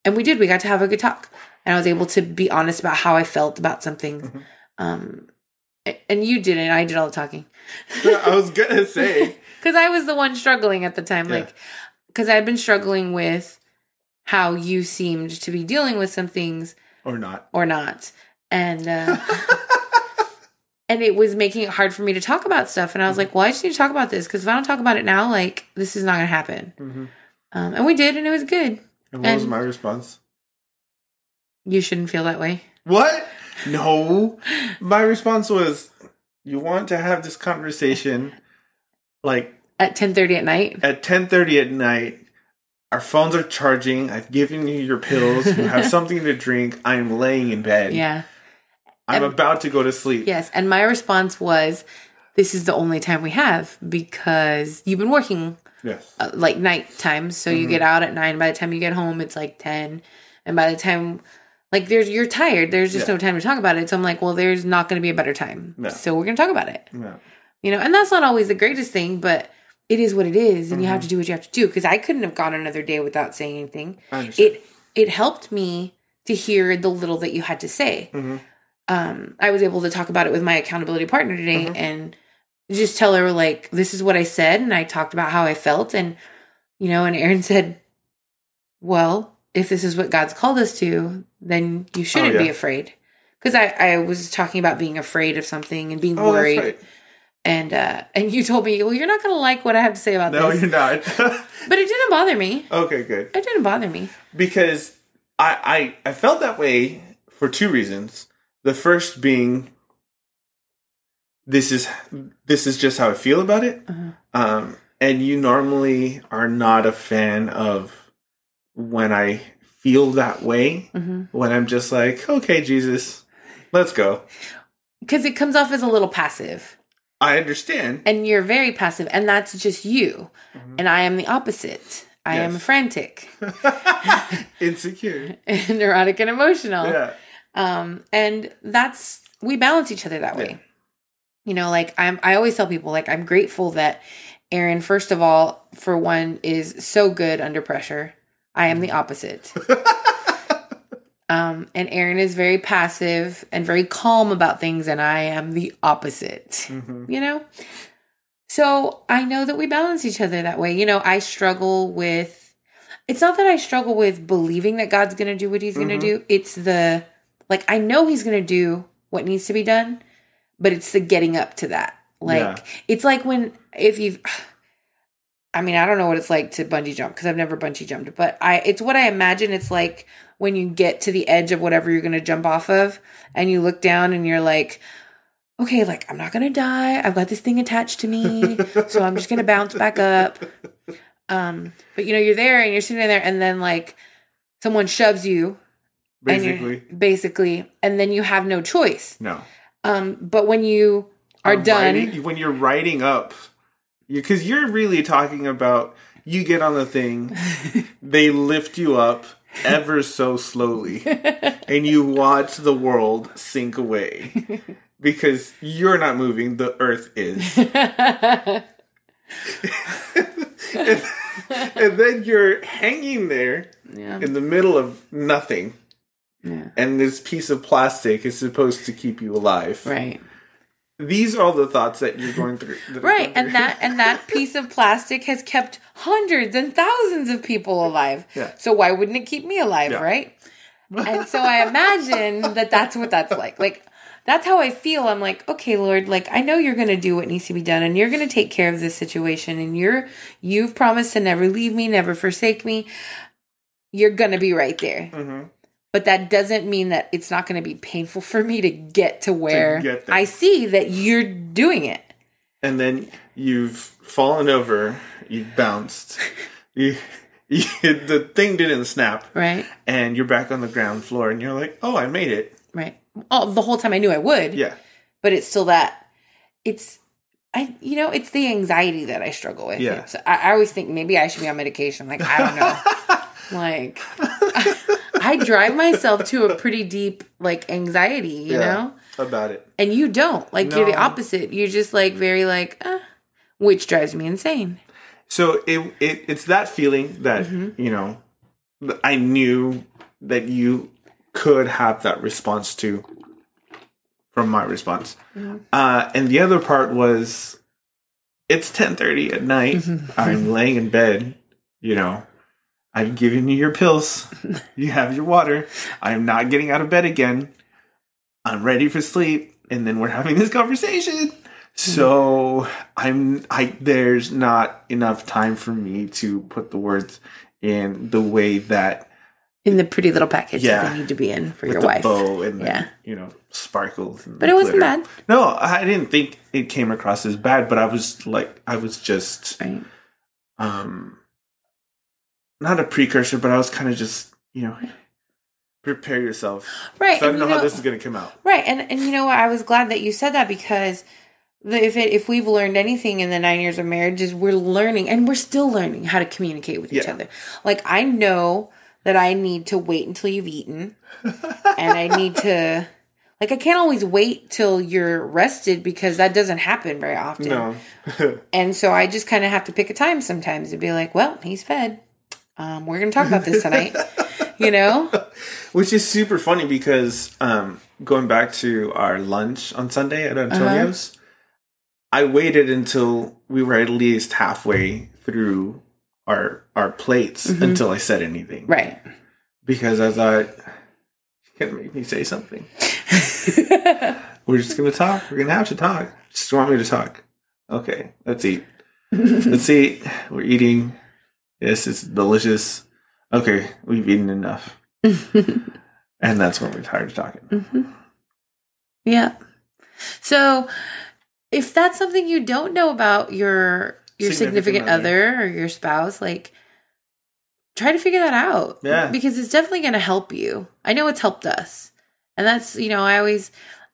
Speaker 2: and we did we got to have a good talk and I was able to be honest about how I felt about some things
Speaker 1: Mhm.
Speaker 2: um, a- and you didn't I did all the talking
Speaker 1: [laughs] I was gonna say.
Speaker 2: because I was the one struggling at the time
Speaker 1: Yeah.
Speaker 2: like because I'd been struggling with how you seemed to be dealing with some things
Speaker 1: or not.
Speaker 2: or not and uh, and it was making it hard for me to talk about stuff and I was like well I just need to talk about this because if I don't talk about it now like this is not gonna happen Um, and we did, and it was good.
Speaker 1: And what was
Speaker 2: And-
Speaker 1: my response?
Speaker 2: You shouldn't feel that way.
Speaker 1: What? No. My response was, you want to have this conversation like
Speaker 2: At ten thirty at night,
Speaker 1: at 10:30 at night. Our phones are charging. I've given you your pills. You have something to drink. I'm laying in bed.
Speaker 2: yeah,
Speaker 1: I'm
Speaker 2: and-
Speaker 1: about to go to sleep.
Speaker 2: yes. And my response was, "This is the only time we have because you've been working
Speaker 1: Yes.
Speaker 2: uh, like night times, so you
Speaker 1: Mhm.
Speaker 2: get out at nine. By the time you get home, it's like ten, and by the time." Like there's you're tired. There's just
Speaker 1: Yeah.
Speaker 2: no time to talk about it. So I'm like, well, there's not going to be a better time.
Speaker 1: No.
Speaker 2: So we're going to talk about it.
Speaker 1: Yeah.
Speaker 2: You know, and that's not always the greatest thing, but it is what it is, and you have to do what you have to do. Because I couldn't have gone another day without saying anything.
Speaker 1: I understand.
Speaker 2: it it helped me to hear the little that you had to say.
Speaker 1: Mhm.
Speaker 2: Um, I was able to talk about it with my accountability partner today
Speaker 1: Mm-hmm.
Speaker 2: and just tell her like this is what I said and I talked about how I felt and you know and Aaron [laughs] said, "Well, if this is what God's called us to, then you shouldn't be
Speaker 1: Oh, yeah.
Speaker 2: afraid." Because I, I was talking about being afraid of something and being
Speaker 1: oh,
Speaker 2: worried,
Speaker 1: that's right.
Speaker 2: and uh, and you told me, well, you're not gonna like what I have to say about
Speaker 1: No,
Speaker 2: this,
Speaker 1: you're not. [laughs]
Speaker 2: but it didn't bother me.
Speaker 1: okay, good.
Speaker 2: It didn't bother me.
Speaker 1: because I, I I felt that way for two reasons. The first being this is this is just how I feel about it,
Speaker 2: Uh-huh.
Speaker 1: um, and you normally are not a fan of when I feel that way.
Speaker 2: hmm
Speaker 1: When I'm just like, okay, Jesus, let's go.
Speaker 2: because it comes off as a little passive
Speaker 1: I understand. [laughs]
Speaker 2: and you're very passive and that's just you
Speaker 1: Mhm.
Speaker 2: and i am the opposite I am
Speaker 1: Yes.
Speaker 2: frantic, [laughs]
Speaker 1: Insecure.
Speaker 2: neurotic, and emotional.
Speaker 1: Yeah.
Speaker 2: Um, and that's we balance each other that way.
Speaker 1: Yeah.
Speaker 2: You know, like I'm I always tell people like I'm grateful that Aaron, first of all, for one, is so good under pressure. I am the
Speaker 1: Mm-hmm.
Speaker 2: opposite.
Speaker 1: [laughs]
Speaker 2: um, and Aaron is very passive and very calm about things, and I am the opposite
Speaker 1: hmm
Speaker 2: you know? So I know that we balance each other that way. You know, I struggle with it's not that I struggle with believing that God's going to do what he's going
Speaker 1: Mhm.
Speaker 2: to do. It's the like I know he's going to do what needs to be done, but it's the getting up to that. Like
Speaker 1: Yeah.
Speaker 2: it's like when if you've [sighs] I mean, I don't know what it's like to bungee jump because I've never bungee jumped, but I it's what I imagine it's like when you get to the edge of whatever you're going to jump off of and you look down and you're like okay, like I'm not going to die. I've got this thing attached to me, so I'm just going to bounce back up. Um, but you know, you're there and you're sitting there and then like someone shoves you and you're-
Speaker 1: Basically,
Speaker 2: basically and then you have no choice.
Speaker 1: no.
Speaker 2: Um, but when you are
Speaker 1: I'm
Speaker 2: done, [laughs]
Speaker 1: writing- when you're writing up, because you're really talking about you get on the
Speaker 2: [laughs]
Speaker 1: thing, they lift you up ever so slowly, and you watch the world sink
Speaker 2: [laughs]
Speaker 1: away because you're not moving, the earth is. and then you're hanging there
Speaker 2: yeah.
Speaker 1: in the middle of nothing,
Speaker 2: yeah.
Speaker 1: and this piece of plastic is supposed to keep you alive.
Speaker 2: Right.
Speaker 1: These are all the thoughts that you're going through. that are
Speaker 2: Right,
Speaker 1: going
Speaker 2: and
Speaker 1: through.
Speaker 2: that
Speaker 1: [laughs]
Speaker 2: and that piece of plastic has kept hundreds and thousands of people alive.
Speaker 1: Yeah.
Speaker 2: So why wouldn't it keep me alive,
Speaker 1: Yeah.
Speaker 2: right? And so
Speaker 1: [laughs]
Speaker 2: I imagine that that's what that's like. Like that's how I feel. I'm like, okay, Lord, like I know you're going to do what needs to be done and you're going to take care of this situation and you're you've promised to never leave me, never forsake me. You're going to be right there.
Speaker 1: Mhm.
Speaker 2: But that doesn't mean that it's not going to be painful for me to get to where
Speaker 1: get there.
Speaker 2: I see that you're doing it.
Speaker 1: and then you've fallen over, you've bounced, you, you, the thing didn't snap,
Speaker 2: Right?
Speaker 1: and you're back on the ground floor, and you're like, "Oh, I made it!"
Speaker 2: Right. Oh, the whole time I knew I would,
Speaker 1: Yeah,
Speaker 2: but it's still that. It's, I, you know, it's the anxiety that I struggle with.
Speaker 1: Yeah.
Speaker 2: It's- I, I always think maybe I should be on medication. Like, I don't
Speaker 1: [laughs]
Speaker 2: know. like, [laughs] I drive myself to a pretty deep, like, anxiety,
Speaker 1: Yeah.
Speaker 2: you know?
Speaker 1: about it.
Speaker 2: And you don't. Like, you're the
Speaker 1: No.
Speaker 2: opposite. You're just, like, very, like, uh, which drives me insane.
Speaker 1: So it, it it's that feeling that you know that I knew that you could have that response to from my response, uh, and the other part was it's ten thirty at night. I'm laying in bed. You know, I've given you your pills. you have your water. I'm not getting out of bed again. I'm ready for sleep, and then we're having this conversation.
Speaker 2: Hmm.
Speaker 1: So I'm I there's not enough time for me to put the words in the way that
Speaker 2: In the pretty little package that
Speaker 1: Yeah.
Speaker 2: they need to be in for
Speaker 1: with
Speaker 2: your
Speaker 1: the
Speaker 2: wife.
Speaker 1: bow and the,
Speaker 2: Yeah.
Speaker 1: you know sparkles. And
Speaker 2: But
Speaker 1: the
Speaker 2: it wasn't
Speaker 1: glitter.
Speaker 2: bad.
Speaker 1: No, I didn't think it came across as bad. But I was like, I was just
Speaker 2: Right.
Speaker 1: um not a precursor, but I was kind of just you know prepare yourself.
Speaker 2: Right.
Speaker 1: So I
Speaker 2: and
Speaker 1: don't
Speaker 2: you
Speaker 1: know how this is gonna come out.
Speaker 2: Right, and and you know what? I was glad that you said that because the, if it, if we've learned anything in the nine years of marriage is we're learning and we're still learning how to communicate with each
Speaker 1: Yeah.
Speaker 2: other. Like I know that I need to wait until you've
Speaker 1: [laughs]
Speaker 2: eaten, and I need to like I can't always wait till you're rested because that doesn't happen very often.
Speaker 1: No,
Speaker 2: And so I just kind of have to pick a time sometimes and be like, well, he's fed. Um, we're gonna talk about
Speaker 1: [laughs]
Speaker 2: this tonight, you know?
Speaker 1: which is super funny because um going back to our lunch on Sunday at Antonio's, I waited until we were at least halfway through our our plates until I said anything
Speaker 2: Right. [laughs]
Speaker 1: because I thought she's gonna make me say something. We're just gonna talk. We're gonna have to talk. Just want me to talk. Okay, let's eat. let's eat. We're eating. Yes, it's delicious. Okay, we've eaten enough. and that's when we're tired of talking.
Speaker 2: Mm-hmm. Yeah. So if that's something you don't know about your your significant,
Speaker 1: Significant
Speaker 2: other. or your spouse, like try to figure that out.
Speaker 1: Yeah.
Speaker 2: Because it's definitely gonna help you. I know it's helped us. And that's you know, I always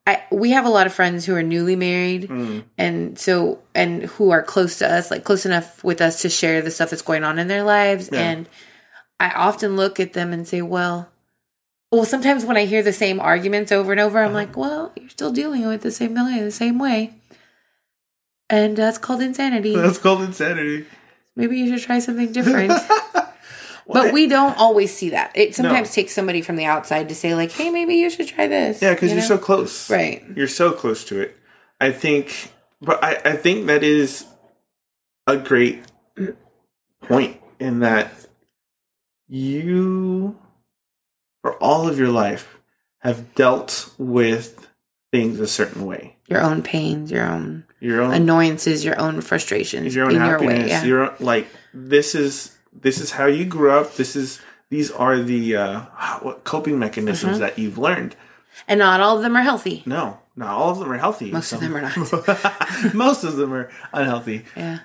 Speaker 2: I we have a lot of friends who are newly married and so and who are close to us, like close enough with us to share the stuff that's going on in their lives
Speaker 1: Yeah.
Speaker 2: and I often look at them and say, "Well, well, sometimes when I hear the same arguments over and over,
Speaker 1: Uh-huh.
Speaker 2: I'm like, "Well, you're still dealing with the same million the same way." And that's called
Speaker 1: [laughs]
Speaker 2: insanity.
Speaker 1: That's called insanity.
Speaker 2: Maybe you should try
Speaker 1: [laughs]
Speaker 2: something different.
Speaker 1: Well,
Speaker 2: But we don't always see that. It
Speaker 1: No.
Speaker 2: sometimes takes somebody from the outside to say, like, hey, maybe you should try this.
Speaker 1: Yeah, because
Speaker 2: you
Speaker 1: you are
Speaker 2: know?
Speaker 1: so close.
Speaker 2: Right.
Speaker 1: You're so close to it. I think, but I, I think that is a great point in that you, for all of your life, have dealt with things a certain way.
Speaker 2: Your own pains, your own
Speaker 1: Your own
Speaker 2: annoyances, your own frustrations
Speaker 1: your own
Speaker 2: in
Speaker 1: happiness.
Speaker 2: your way. Yeah.
Speaker 1: Your like this is this is how you grew up. This is these are the uh, what coping mechanisms
Speaker 2: Mm-hmm.
Speaker 1: that you've learned.
Speaker 2: and not all of them are healthy.
Speaker 1: No, not all of them are healthy.
Speaker 2: Most of them are
Speaker 1: not. [laughs] Most of them are unhealthy.
Speaker 2: Yeah.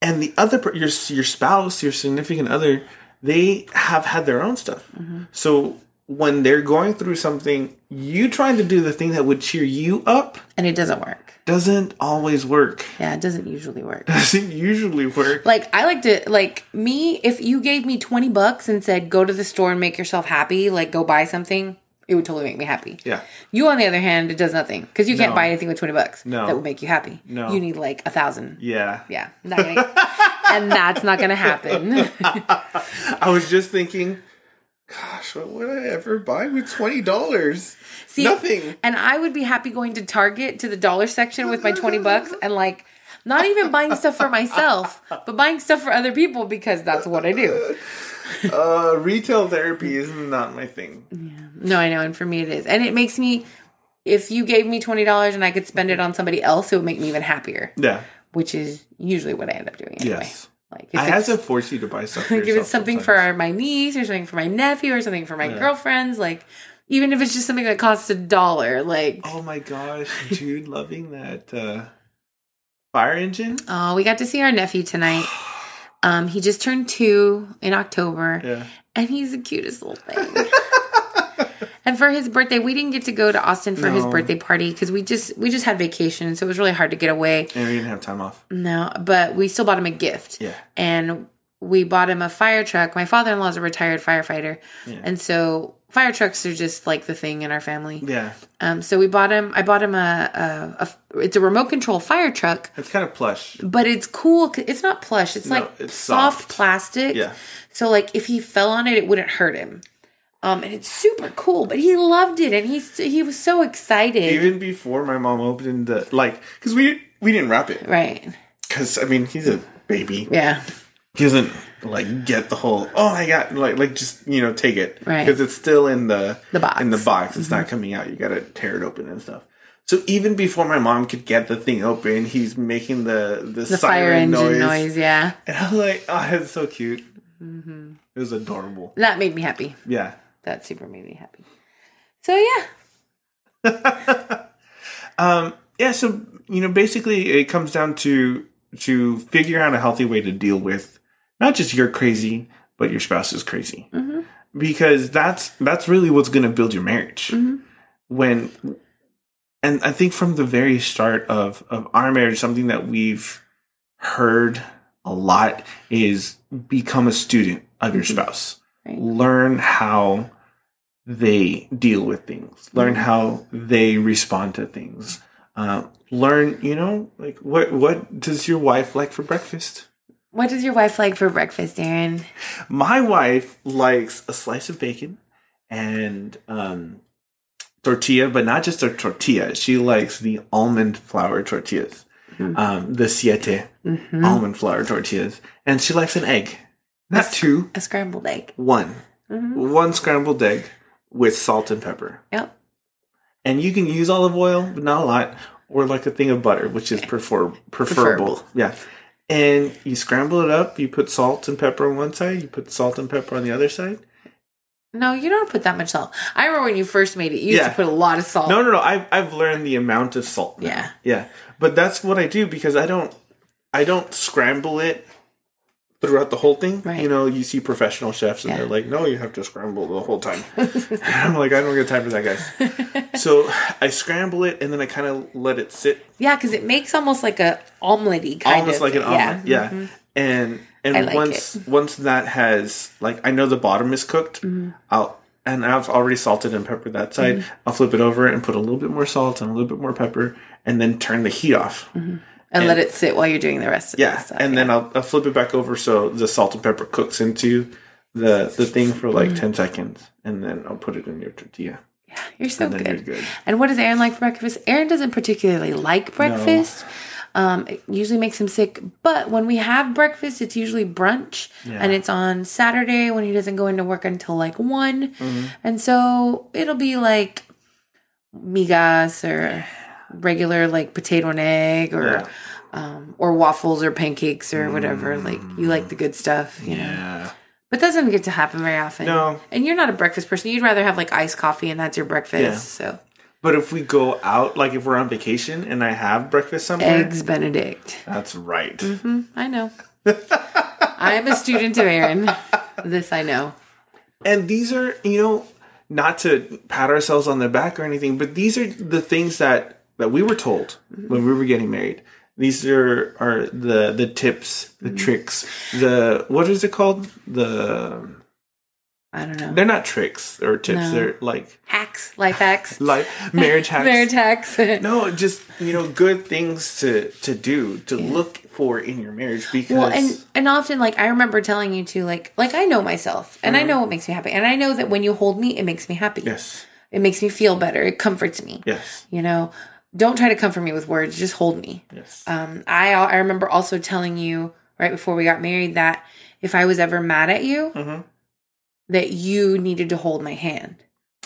Speaker 1: And the other, per- your your spouse, your significant other, they have had their own stuff.
Speaker 2: Mm-hmm.
Speaker 1: So when they're going through something, you trying to do the thing that would cheer you up
Speaker 2: And it doesn't work.
Speaker 1: doesn't always work. [laughs]
Speaker 2: Yeah, it doesn't usually work.
Speaker 1: Doesn't usually work.
Speaker 2: like, I like to, like, me, if you gave me 20 bucks and said, go to the store and make yourself happy, like, go buy something, it would totally make me happy.
Speaker 1: Yeah.
Speaker 2: You, on the other hand, it does nothing because you can't
Speaker 1: No.
Speaker 2: buy anything with 20 bucks
Speaker 1: No.
Speaker 2: that would make you happy.
Speaker 1: No.
Speaker 2: You need, like, a thousand.
Speaker 1: Yeah.
Speaker 2: Yeah, not
Speaker 1: [laughs]
Speaker 2: gonna, and that's not going to happen.
Speaker 1: I was just thinking, gosh, what would I ever buy with twenty dollars?
Speaker 2: See,
Speaker 1: Nothing.
Speaker 2: And I would be happy going to Target to the dollar section with my twenty bucks and like not even buying stuff for myself, but buying stuff for other people because that's what I do.
Speaker 1: Uh, retail therapy is not my thing.
Speaker 2: No, I know, and for me it is, and it makes me. If you gave me twenty dollars and I could spend it on somebody else, it would make me even happier,
Speaker 1: Yeah.
Speaker 2: which is usually what I end up doing anyway.
Speaker 1: Yes.
Speaker 2: Like if
Speaker 1: I
Speaker 2: it's-
Speaker 1: have to force you to buy [laughs] stuff. For
Speaker 2: Like if
Speaker 1: yourself
Speaker 2: it's something
Speaker 1: sometimes.
Speaker 2: for my niece or something for my nephew or something for my girlfriends, like even if it's just something that costs a dollar, like oh.
Speaker 1: Oh my gosh, dude, loving that uh, fire engine.
Speaker 2: Uh, we got to see our nephew tonight. Um, he just turned two in October,
Speaker 1: Yeah.
Speaker 2: and he's the cutest little thing. [laughs] and for his birthday, we didn't get to go to Austin for his
Speaker 1: No.
Speaker 2: birthday party because we just we just had vacation, so it was really hard to get away.
Speaker 1: And we didn't have time off.
Speaker 2: No, but we still bought him a gift.
Speaker 1: Yeah.
Speaker 2: and we bought him a fire truck. My father in law is a retired firefighter, and so fire trucks are just like the thing in our family.
Speaker 1: Yeah.
Speaker 2: Um, so we bought him. I bought him a, a, a it's a remote control fire truck,
Speaker 1: It's kind of plush.
Speaker 2: but it's cool. 'cause It's not plush. It's
Speaker 1: No,
Speaker 2: like
Speaker 1: it's
Speaker 2: soft,
Speaker 1: soft.
Speaker 2: plastic.
Speaker 1: Yeah.
Speaker 2: So like if he fell on it, it wouldn't hurt him. Um, and it's super cool. But he loved it, and he he was so excited.
Speaker 1: Even before my mom opened the like, because we we didn't wrap it.
Speaker 2: right.
Speaker 1: Because I mean, he's a baby.
Speaker 2: Yeah.
Speaker 1: he doesn't like get the whole oh my god like like just you know take it
Speaker 2: Right.
Speaker 1: because it's still in the
Speaker 2: The box. Mm-hmm.
Speaker 1: in the box it's not coming out you gotta tear it open and stuff so even before my mom could get the thing open he's making the the,
Speaker 2: The fire
Speaker 1: siren noise.
Speaker 2: engine noise. Yeah.
Speaker 1: [laughs] and i'm like oh it's so cute
Speaker 2: Mm-hmm.
Speaker 1: it was adorable
Speaker 2: That made me happy.
Speaker 1: yeah
Speaker 2: That super made me happy. So yeah.
Speaker 1: yeah so you know basically it comes down to to figure out a healthy way to deal with not just you're crazy but your spouse is crazy because that's that's really what's going to build your marriage when and i think from the very start of of our marriage something that we've heard a lot is become a student of your spouse
Speaker 2: Right.
Speaker 1: learn how they deal with things learn how they respond to things uh, learn you know like what what does your wife like for breakfast
Speaker 2: What does your wife like for breakfast, Aaron?
Speaker 1: my wife likes a slice of bacon and um tortilla but not just a tortilla she likes the almond flour tortillas um the siete almond flour tortillas and she likes an egg not two
Speaker 2: A scrambled egg.
Speaker 1: one
Speaker 2: Mhm.
Speaker 1: one scrambled egg with salt and pepper
Speaker 2: Yep.
Speaker 1: and you can use olive oil, but not a lot, or like a thing of butter, which is prefer- preferable.
Speaker 2: Preferable.
Speaker 1: Yeah. And you scramble it up, you put salt and pepper on one side, you put salt and pepper on the other side.
Speaker 2: No, you don't put that much salt. I remember when you first made it, you used
Speaker 1: Yeah.
Speaker 2: to put a lot of salt.
Speaker 1: No, no, no. I've, I've learned the amount of salt. now.
Speaker 2: Yeah.
Speaker 1: Yeah. But that's what I do because I don't, I don't scramble it throughout the whole thing.
Speaker 2: Right.
Speaker 1: You know, you see professional chefs and
Speaker 2: Yeah.
Speaker 1: they're like, no, you have to scramble the whole
Speaker 2: [laughs]
Speaker 1: time. and I'm like, I don't get time for that, guys. so I scramble it and then I kind of let it sit
Speaker 2: Yeah, because it makes almost like a omelette kind
Speaker 1: almost
Speaker 2: of.
Speaker 1: like an
Speaker 2: yeah. Mm-hmm.
Speaker 1: omelet. Yeah. And
Speaker 2: I
Speaker 1: and
Speaker 2: like
Speaker 1: once once that has like I know the bottom is cooked,
Speaker 2: Mm-hmm.
Speaker 1: I'll and I've already salted and peppered that side. I'll flip it over and put a little bit more salt and a little bit more pepper, and then turn the heat off.
Speaker 2: Mm-hmm. And, let it sit while you're doing the rest of the
Speaker 1: Yeah,
Speaker 2: stuff.
Speaker 1: and then I'll, I'll flip it back over so the salt and pepper cooks into the the thing for
Speaker 2: Mm-hmm.
Speaker 1: like ten seconds, and then I'll put it in your tortilla.
Speaker 2: You're so
Speaker 1: Then
Speaker 2: good.
Speaker 1: you're good.
Speaker 2: And what does Aaron like for breakfast? Aaron doesn't particularly like breakfast. Um, it usually makes him sick. But when we have breakfast, it's usually brunch, and it's on Saturday when he doesn't go into work until like one,
Speaker 1: Mm-hmm.
Speaker 2: and so it'll be like migas or regular like potato and egg or
Speaker 1: Yeah.
Speaker 2: um, or waffles or pancakes or whatever. Like you like
Speaker 1: Mm.
Speaker 2: the good stuff, you know.
Speaker 1: Yeah.
Speaker 2: But that doesn't get to happen very often.
Speaker 1: No.
Speaker 2: And you're not a breakfast person. You'd rather have like iced coffee and that's your breakfast.
Speaker 1: Yeah.
Speaker 2: So
Speaker 1: But if we go out, like if we're on vacation and I have breakfast somewhere,
Speaker 2: eggs Benedict.
Speaker 1: that's right.
Speaker 2: Mm-hmm. I
Speaker 1: [laughs]
Speaker 2: know. I am a student of Aaron. This I know.
Speaker 1: and these are you know not to pat ourselves on the back or anything but these are the things that that we were told
Speaker 2: Mm-hmm.
Speaker 1: when we were getting married these are are the the tips the
Speaker 2: Mm-hmm.
Speaker 1: tricks the what is it called the
Speaker 2: I don't know.
Speaker 1: they're not tricks or tips
Speaker 2: No.
Speaker 1: they're like
Speaker 2: Hacks, life
Speaker 1: [laughs]
Speaker 2: hacks, [laughs]
Speaker 1: like marriage hacks
Speaker 2: marriage hacks.
Speaker 1: no just you know good things to to do to look for in your marriage because
Speaker 2: [laughs] Well, and and often like I remember telling you to like like I know myself and I know what makes me happy and I know that when you hold me it makes me happy.
Speaker 1: Mm-hmm. yes
Speaker 2: It makes me feel better. It comforts me.
Speaker 1: yes
Speaker 2: You know, don't try to comfort me with words. Just hold me.
Speaker 1: yes
Speaker 2: um, I I remember also telling you right before we got married that if I was ever mad at you,
Speaker 1: Mhm.
Speaker 2: that you needed to hold my hand.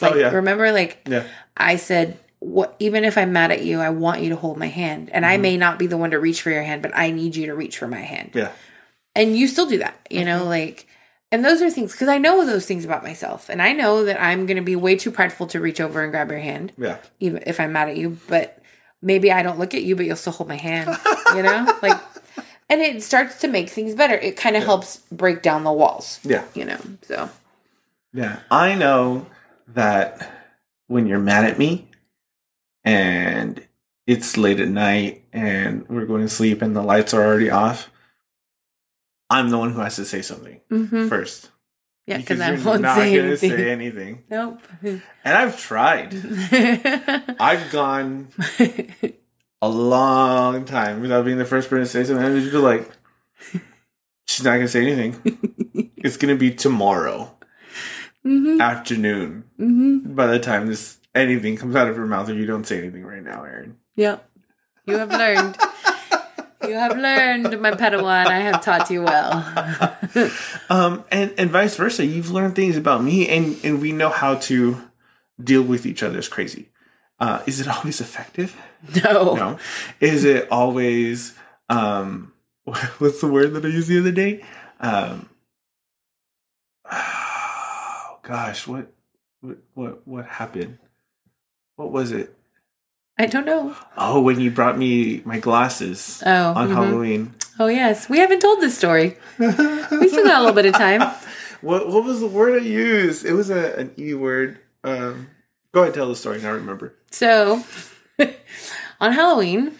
Speaker 1: Oh,
Speaker 2: Like,
Speaker 1: yeah.
Speaker 2: Remember, like
Speaker 1: yeah
Speaker 2: I said, what even if I'm mad at you, I want you to hold my hand, and I may not be the one to reach for your hand, but I need you to reach for my hand.
Speaker 1: Mm-hmm. yeah Mm-hmm.
Speaker 2: And you still do that, you know, like. And those are things because I know those things about myself, and I know that I'm going to be way too prideful to reach over and grab your hand
Speaker 1: yeah
Speaker 2: even if I'm mad at you, but maybe I don't look at you, but you'll still hold my hand, you know? [laughs] like, and it starts to make things better. It kind of helps break down the walls,
Speaker 1: yeah
Speaker 2: you know? So,
Speaker 1: Yeah. I know that when you're mad at me and it's late at night and we're going to sleep and the lights are already off, I'm the one who has to say something
Speaker 2: mm-hmm.
Speaker 1: first.
Speaker 2: yeah, because I
Speaker 1: you're
Speaker 2: won't say
Speaker 1: gonna
Speaker 2: anything.
Speaker 1: say anything.
Speaker 2: nope. [laughs]
Speaker 1: And I've tried. I've gone
Speaker 2: Mm-hmm,
Speaker 1: a long time without being the first person to say something. I'm just be like, she's not going to say anything.
Speaker 2: [laughs]
Speaker 1: it's going to be tomorrow
Speaker 2: Mhm.
Speaker 1: afternoon
Speaker 2: hmm
Speaker 1: by the time this anything comes out of your mouth if you don't say anything right now, Aaron.
Speaker 2: Yep. You have learned. You have learned, my Padawan. I have taught you well. [laughs]
Speaker 1: Um, and and vice versa, you've learned things about me, and and we know how to deal with each other's crazy. Uh, is it [laughs] always effective?
Speaker 2: No.
Speaker 1: No. Is it always um? [laughs] What's the word that I used the other day? Um. [sighs] Oh gosh, what what what what happened? What was it?
Speaker 2: I don't know.
Speaker 1: Oh, when you brought me my glasses
Speaker 2: Oh,
Speaker 1: on
Speaker 2: mhm.
Speaker 1: Halloween.
Speaker 2: Oh, yes. We haven't told this story.
Speaker 1: [laughs]
Speaker 2: We still got a little bit of time.
Speaker 1: What what was the word I used? It was a, an e word. Um, go ahead, tell the story. Now remember.
Speaker 2: So [laughs] on Halloween,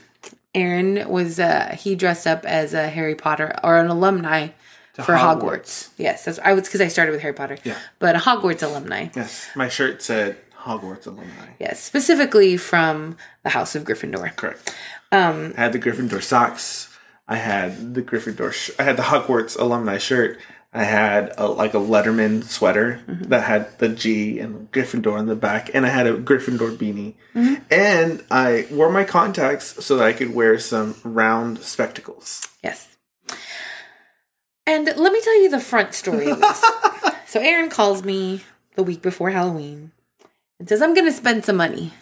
Speaker 2: Aaron was uh he dressed up as a Harry Potter or an alumni for Hogwarts. Yes, that's I was because I started with Harry Potter.
Speaker 1: Yeah.
Speaker 2: But a Hogwarts alumni.
Speaker 1: Yes, my shirt said Hogwarts alumni.
Speaker 2: Yes, specifically from the House of Gryffindor.
Speaker 1: Correct. Um, I had the Gryffindor socks. I had the Gryffindor. Sh- I had the Hogwarts alumni shirt. I had a, like a Letterman sweater
Speaker 2: Mm-hmm.
Speaker 1: that had the G and Gryffindor on the back, and I had a Gryffindor beanie.
Speaker 2: Mm-hmm.
Speaker 1: And I wore my contacts so that I could wear some round spectacles.
Speaker 2: Yes. And let me tell you the front story
Speaker 1: [laughs]
Speaker 2: of this. so Aaron calls me the week before Halloween and says, I'm gonna spend some money.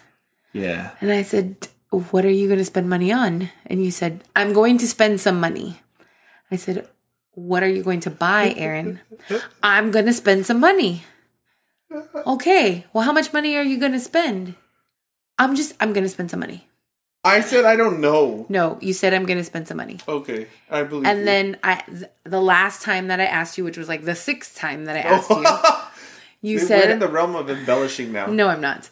Speaker 1: Yeah.
Speaker 2: And I said, What are you going to spend money on? And you said, I'm going to spend some money. I said, What are you going to buy,
Speaker 1: [laughs]
Speaker 2: Aaron? I'm going to spend some money. Okay. Well, how much money are you going to spend? I'm just, I'm going to spend some money.
Speaker 1: I said I don't know.
Speaker 2: No, you said I'm going to spend some money.
Speaker 1: Okay, I believe.
Speaker 2: And
Speaker 1: you.
Speaker 2: then I, th- the last time that I asked you, which was like the sixth time that I
Speaker 1: [laughs]
Speaker 2: asked you, you
Speaker 1: we're in
Speaker 2: said,
Speaker 1: the realm of embellishing now.
Speaker 2: "No, I'm not,"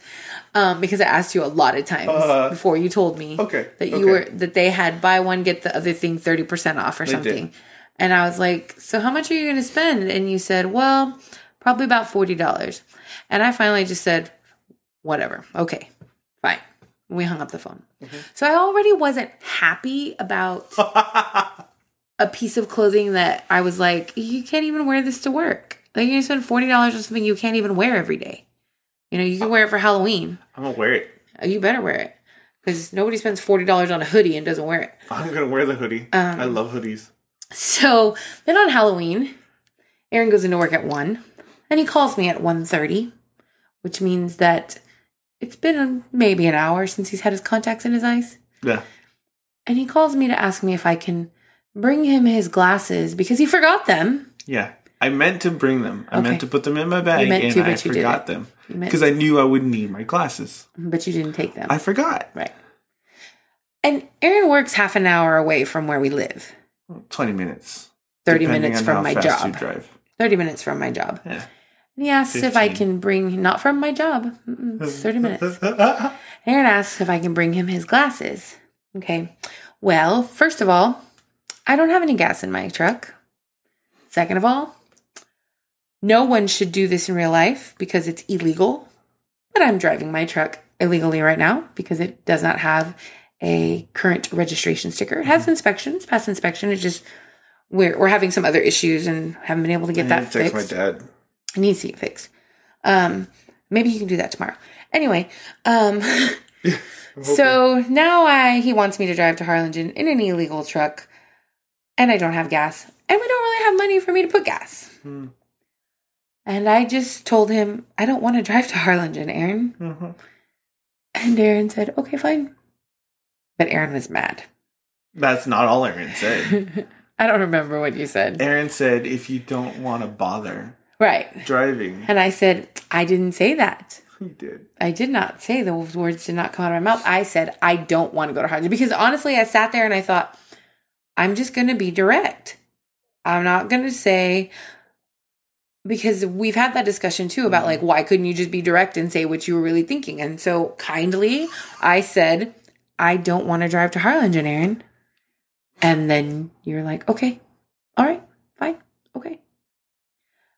Speaker 2: um, because I asked you a lot of times
Speaker 1: Uh,
Speaker 2: before you told me
Speaker 1: okay,
Speaker 2: that you
Speaker 1: okay.
Speaker 2: were that they had buy one get the other thing thirty percent off or
Speaker 1: did.
Speaker 2: something. And I was like, "So how much are you going to spend?" And you said, "Well, probably about forty dollars." And I finally just said, "Whatever, okay, fine." We hung up the phone. So I already wasn't happy about a piece of clothing that I was like, you can't even wear this to work. Like you're gonna spend forty dollars on something you can't even wear every day. You know, you can wear it for Halloween.
Speaker 1: I'm gonna wear it.
Speaker 2: You better wear it because nobody spends forty dollars on a hoodie and doesn't wear it.
Speaker 1: I'm gonna wear the hoodie.
Speaker 2: Um,
Speaker 1: I love hoodies.
Speaker 2: So then on Halloween, Aaron goes into work at one, and he calls me at 1.30, which means that it's been maybe an hour since he's had his contacts in his eyes.
Speaker 1: Yeah.
Speaker 2: And he calls me to ask me if I can bring him his glasses because he forgot them.
Speaker 1: Yeah. I meant to bring them. I
Speaker 2: Okay.
Speaker 1: meant to put them in my bag
Speaker 2: meant
Speaker 1: and
Speaker 2: to,
Speaker 1: I
Speaker 2: but you didn't.
Speaker 1: forgot them.
Speaker 2: You meant-
Speaker 1: Because I knew I would need my glasses.
Speaker 2: But you didn't take them.
Speaker 1: I forgot.
Speaker 2: Right. And Aaron works half an hour away from where we live.
Speaker 1: 20 minutes.
Speaker 2: 30
Speaker 1: depending
Speaker 2: minutes
Speaker 1: on
Speaker 2: from
Speaker 1: how
Speaker 2: my
Speaker 1: fast
Speaker 2: job.
Speaker 1: You drive. [laughs]
Speaker 2: 30 minutes from my job.
Speaker 1: Yeah.
Speaker 2: And he asks if I
Speaker 1: 15.
Speaker 2: can bring, not from my job, Mm-mm, it's
Speaker 1: [laughs]
Speaker 2: 30 minutes.
Speaker 1: yeah.
Speaker 2: Aaron asks if I can bring him his glasses. Okay. Well, first of all, I don't have any gas in my truck. Second of all, no one should do this in real life because it's illegal. But I'm driving my truck illegally right now because it does not have a current registration sticker. It
Speaker 1: Mm-hmm.
Speaker 2: has inspections, past inspection. It just we're we're having some other issues and haven't been able to get that
Speaker 1: text
Speaker 2: fixed.
Speaker 1: my dad.
Speaker 2: I need to see it fixed. Um, maybe you can do that tomorrow. Anyway, um, so now I he wants me to drive to Harlingen in an illegal truck, and I don't have gas, and we don't really have money for me to put gas.
Speaker 1: Hmm.
Speaker 2: And I just told him I don't want to drive to Harlingen, Aaron.
Speaker 1: Mhm.
Speaker 2: And Aaron said, "Okay, fine." But Aaron was mad.
Speaker 1: That's not all Aaron said.
Speaker 2: [laughs] I don't remember what you said.
Speaker 1: Aaron said, if you don't want to bother
Speaker 2: Right.
Speaker 1: driving, [laughs]
Speaker 2: And I said, "I didn't say that."
Speaker 1: he did.
Speaker 2: I did not say those words did not come out of my mouth. I said I don't want to go to Harlingen because honestly, I sat there and I thought I'm just going to be direct. I'm not going to say because we've had that discussion too about like why couldn't you just be direct and say what you were really thinking? And so kindly, I said I don't want to drive to Harlingen, Aaron. And then you're like, okay, all right, fine, okay.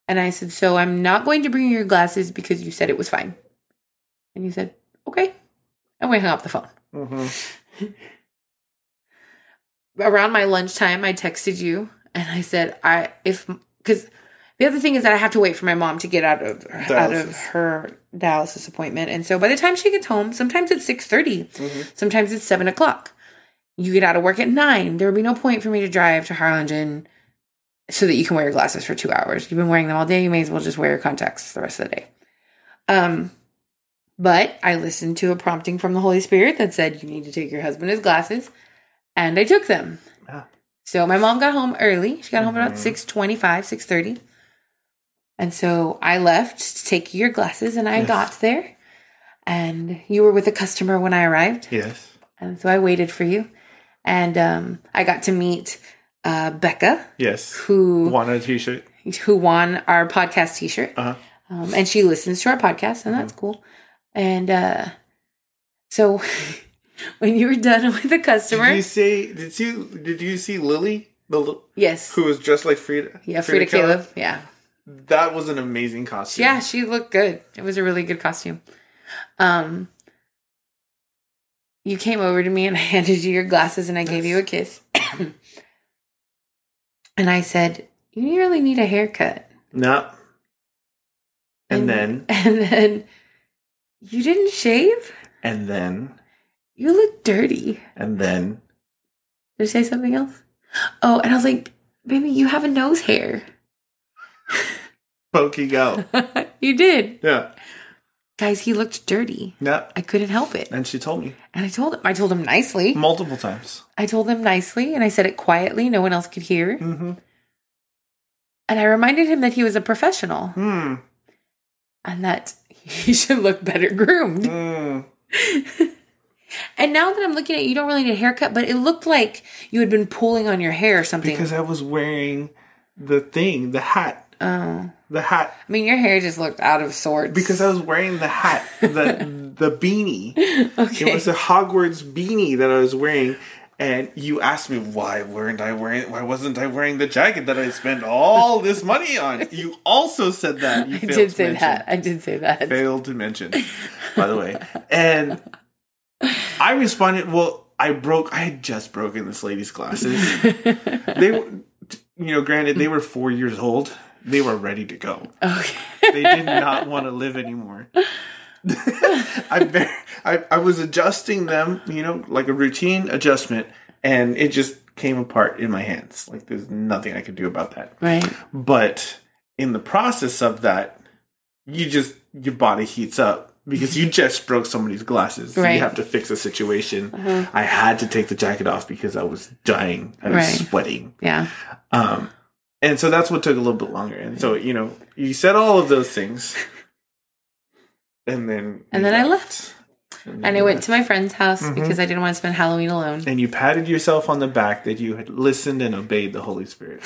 Speaker 2: And I said, so I'm not going to bring your glasses because you said it was fine. And you said, okay. And we hung up the phone.
Speaker 1: Mhm.
Speaker 2: Around my lunchtime, I texted you and I said, I, if, because the other thing is that I have to wait for my mom to get out of, out of
Speaker 1: Dialysis.
Speaker 2: her dialysis appointment. And so by the time she gets home, sometimes it's 6.30,
Speaker 1: Mm-hmm.
Speaker 2: [laughs] sometimes it's 7 o'clock. You get out of work at 9. There would be no point for me to drive to Harlingen so that you can wear your glasses for two hours. You've been wearing them all day. You may as well just wear your contacts the rest of the day. Um, But I listened to a prompting from the Holy Spirit that said, you need to take your husband his glasses. And I took them.
Speaker 1: Ah.
Speaker 2: So my mom got home early. She got home about
Speaker 1: Mhm.
Speaker 2: 6.25, 6.30. And so I left to take your glasses and I
Speaker 1: Yes.
Speaker 2: got there. And you were with a customer when I arrived.
Speaker 1: Yes.
Speaker 2: And so I waited for you. And um, I got to meet uh, Becca,
Speaker 1: Yes.
Speaker 2: who
Speaker 1: Want a t shirt?
Speaker 2: who won our podcast T-shirt,
Speaker 1: Uh huh.
Speaker 2: um, and she listens to our podcast, and that's cool. And uh, so, [laughs] when you were done [laughs] with the customer,
Speaker 1: Did you say? Did you did you see Lily, the li-
Speaker 2: yes,
Speaker 1: who was dressed like Frida?
Speaker 2: yeah, Frida, Caleb, yeah,
Speaker 1: That was an amazing costume.
Speaker 2: yeah, she looked good. It was a really good costume. Um, you came over to me and [laughs] I handed you your glasses, and I gave you a kiss, [clears throat] and I said, "You really need a haircut."
Speaker 1: No. And then,
Speaker 2: [laughs] and then you didn't shave.
Speaker 1: and then,
Speaker 2: You look dirty.
Speaker 1: and then.
Speaker 2: Did I say something else? Oh, and I was like, baby, you have a nose hair. [laughs]
Speaker 1: Pokey go.
Speaker 2: you did.
Speaker 1: Yeah.
Speaker 2: Guys, he looked dirty.
Speaker 1: No.
Speaker 2: I couldn't help it.
Speaker 1: And she told me
Speaker 2: And I told him, I told him nicely.
Speaker 1: multiple times.
Speaker 2: I told him nicely and I said it quietly. No one else could hear.
Speaker 1: Mm-hmm.
Speaker 2: And I reminded him that he was a professional
Speaker 1: Mm.
Speaker 2: [laughs]
Speaker 1: Hmm.
Speaker 2: and that he should look better groomed.
Speaker 1: Mm.
Speaker 2: And now that I'm looking at it, you, don't really need a haircut, but it looked like you had been pulling on your hair or something.
Speaker 1: because I was wearing the thing, the hat,
Speaker 2: oh.
Speaker 1: the hat.
Speaker 2: I mean, your hair just looked out of sorts.
Speaker 1: Because I was wearing the hat,
Speaker 2: [laughs]
Speaker 1: the the beanie.
Speaker 2: okay.
Speaker 1: It was a Hogwarts beanie that I was wearing. And you asked me why weren't I wearing why wasn't I wearing the jacket that I spent all this money
Speaker 2: [laughs]
Speaker 1: on? You also said that. You
Speaker 2: I
Speaker 1: failed
Speaker 2: did
Speaker 1: to
Speaker 2: say
Speaker 1: mention.
Speaker 2: that. I did say that.
Speaker 1: Failed to mention, by the
Speaker 2: [laughs]
Speaker 1: way. And I responded, well, I broke I had just broken this lady's
Speaker 2: [laughs]
Speaker 1: glasses. They were you know, granted they were four years old. They were ready to go
Speaker 2: okay. [laughs]
Speaker 1: they did not want to live anymore. [laughs] I, bar- I I was adjusting them, you know, like a routine adjustment, and it just came apart in my hands. Like there's nothing I could do about that.
Speaker 2: Right.
Speaker 1: But in the process of that, you just your body heats up because you just broke somebody's glasses. So
Speaker 2: Right. Uh-huh.
Speaker 1: You have to fix the situation. I had to take the jacket off because I was dying. I was
Speaker 2: Right.
Speaker 1: sweating.
Speaker 2: Yeah.
Speaker 1: Um, and so that's what took a little bit longer. And so, you know, you said all of those
Speaker 2: [laughs]
Speaker 1: things. And then.
Speaker 2: And
Speaker 1: you
Speaker 2: then I left.
Speaker 1: And,
Speaker 2: And I
Speaker 1: you
Speaker 2: went
Speaker 1: left.
Speaker 2: to my friend's house
Speaker 1: Mhm.
Speaker 2: because I didn't want to spend Halloween alone.
Speaker 1: And you patted yourself on the back that you had listened and obeyed the Holy
Speaker 2: [laughs]
Speaker 1: Spirit.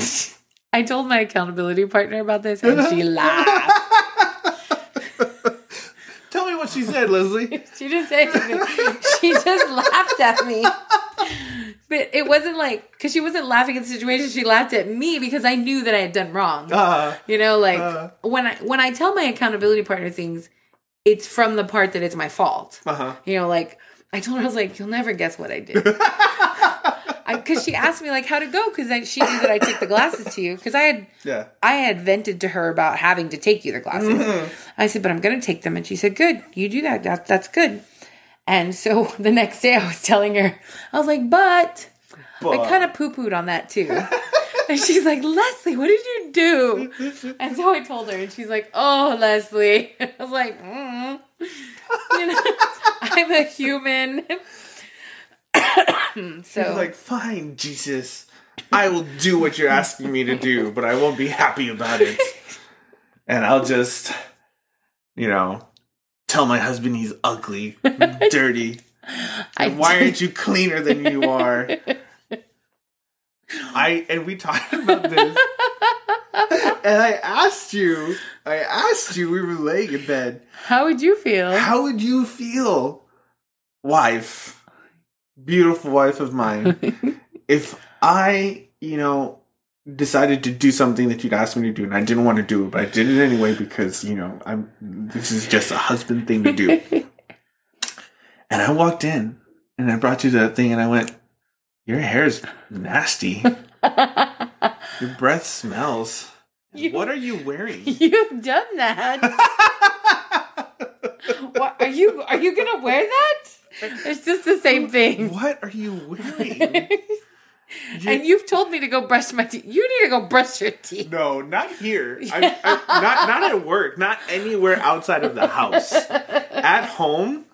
Speaker 2: I told my accountability partner about this and
Speaker 1: [laughs]
Speaker 2: she laughed.
Speaker 1: Tell me what she said, Leslie.
Speaker 2: [laughs] She didn't say anything. She just laughed at me. But it wasn't like, because she wasn't laughing at the situation. She laughed at me because I knew that I had done wrong.
Speaker 1: Uh,
Speaker 2: You know, like
Speaker 1: Uh.
Speaker 2: when I when I tell my accountability partner things, it's from the part that it's my fault.
Speaker 1: uh-huh.
Speaker 2: You know, like I told her I was like, you'll never guess what I did. Because she asked me like how to go because she knew that I took the glasses to you because I had
Speaker 1: Yeah.
Speaker 2: I had vented to her about having to take you the glasses.
Speaker 1: Mm-hmm.
Speaker 2: I said, but I'm going to take them. And she said, good, you do that. that. That's good. And so [laughs] the next day I was telling her, I was like, but I kind of poo pooed on that too. [laughs] and she's like, Leslie, what did you do?
Speaker 1: [laughs]
Speaker 2: And so I told her, and she's like, oh, Leslie. [laughs] I was like, mm. [laughs] you know, [laughs] I'm a human. [coughs] so,
Speaker 1: She's like, fine, Jesus. I will do what you're asking me to do, but I won't be happy about
Speaker 2: [laughs]
Speaker 1: it. And I'll just, you know, tell my husband he's
Speaker 2: [laughs]
Speaker 1: ugly, dirty.
Speaker 2: I
Speaker 1: Why
Speaker 2: did-
Speaker 1: aren't you cleaner than you are? I and we talked about this. And I asked you, I asked you, we were laying in bed,
Speaker 2: [laughs] how would you feel?
Speaker 1: how would you feel, wife, beautiful wife of mine,
Speaker 2: [laughs]
Speaker 1: if I, you know, decided to do something that you'd asked me to do and I didn't want to do it, but I did it anyway because, you know, I'm this is just a husband thing to
Speaker 2: [laughs]
Speaker 1: do. and I walked in and I brought you that thing and I went, Your hair's nasty. Your breath smells.
Speaker 2: [laughs] You-
Speaker 1: what are you wearing?
Speaker 2: [laughs] You've done that. [laughs] What, are you are you gonna wear that? It's just the same thing.
Speaker 1: what are you wearing? You-
Speaker 2: and you've told me to go brush my teeth. You need to go brush your teeth.
Speaker 1: No, not here. I, I, not not at work. Not anywhere outside of the house. At home,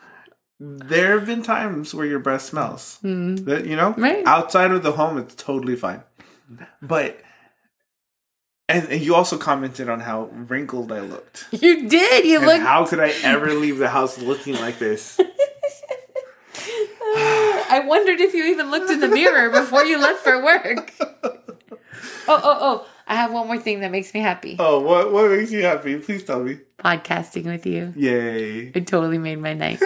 Speaker 1: there have been times where your breath smells. That you know,
Speaker 2: Hmm. Right.
Speaker 1: outside of the home, it's totally fine. But and, and you also commented on how wrinkled I looked.
Speaker 2: You did. You
Speaker 1: And
Speaker 2: look.
Speaker 1: how could I ever leave the house looking like
Speaker 2: [laughs]
Speaker 1: this?
Speaker 2: I wondered if you even looked in the mirror before you left for work. Oh oh oh! I have one more thing that makes me happy.
Speaker 1: Oh, what what makes you happy? Please tell me.
Speaker 2: Podcasting with you.
Speaker 1: Yay!
Speaker 2: It totally made my [laughs] night.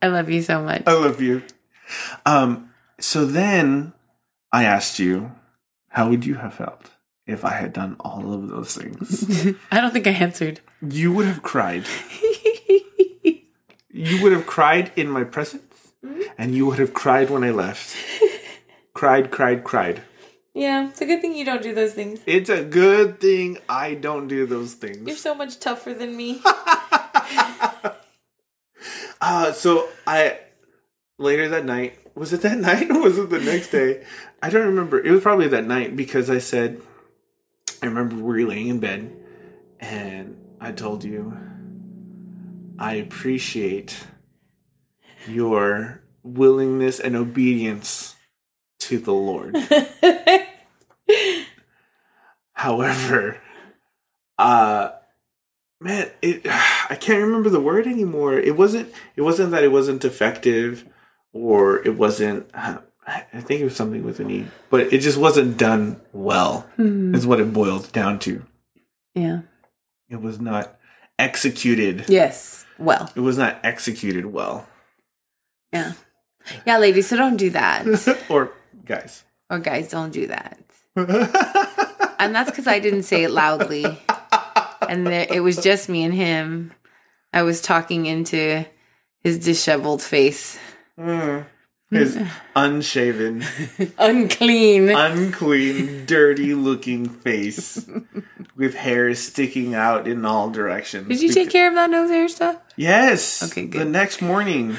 Speaker 2: I love you so much.
Speaker 1: I love you. Um, so then I asked you, how would you have felt if I had done all of those things?
Speaker 2: I don't think I answered.
Speaker 1: you would have cried. You would have cried in my presence, and you would have cried when I left. cried, cried, cried.
Speaker 2: yeah, it's a good thing you don't do those things.
Speaker 1: It's a good thing I don't do those
Speaker 2: You're
Speaker 1: things.
Speaker 2: so much tougher than me.
Speaker 1: Uh, so I later that night was it that [laughs] night or was it the next day? I don't remember. It was probably that night because I said I remember we were laying in bed and I told you I appreciate your willingness and obedience to the Lord. However, uh man, it [sighs] I I can't remember the word anymore. It wasn't. It wasn't that it wasn't effective, or it wasn't. [sighs] I think it was something with an e, but it just wasn't done well.
Speaker 2: Hmm.
Speaker 1: Is what it boils down to.
Speaker 2: [laughs] Yeah.
Speaker 1: It was not executed.
Speaker 2: Yes. Well.
Speaker 1: It was not executed well. [laughs]
Speaker 2: Yeah. Yeah, ladies. So don't do [laughs] that.
Speaker 1: or guys. [laughs]
Speaker 2: or guys, don't do that. And that's because I didn't say it loudly. And there, it was just me and him. I was talking into his disheveled face.
Speaker 1: Mm. His unshaven,
Speaker 2: Unclean.
Speaker 1: unclean, dirty looking face with hair sticking out in all directions.
Speaker 2: Did you take care of that nose hair stuff?
Speaker 1: Yes.
Speaker 2: Okay,
Speaker 1: The
Speaker 2: good.
Speaker 1: next
Speaker 2: [laughs]
Speaker 1: morning.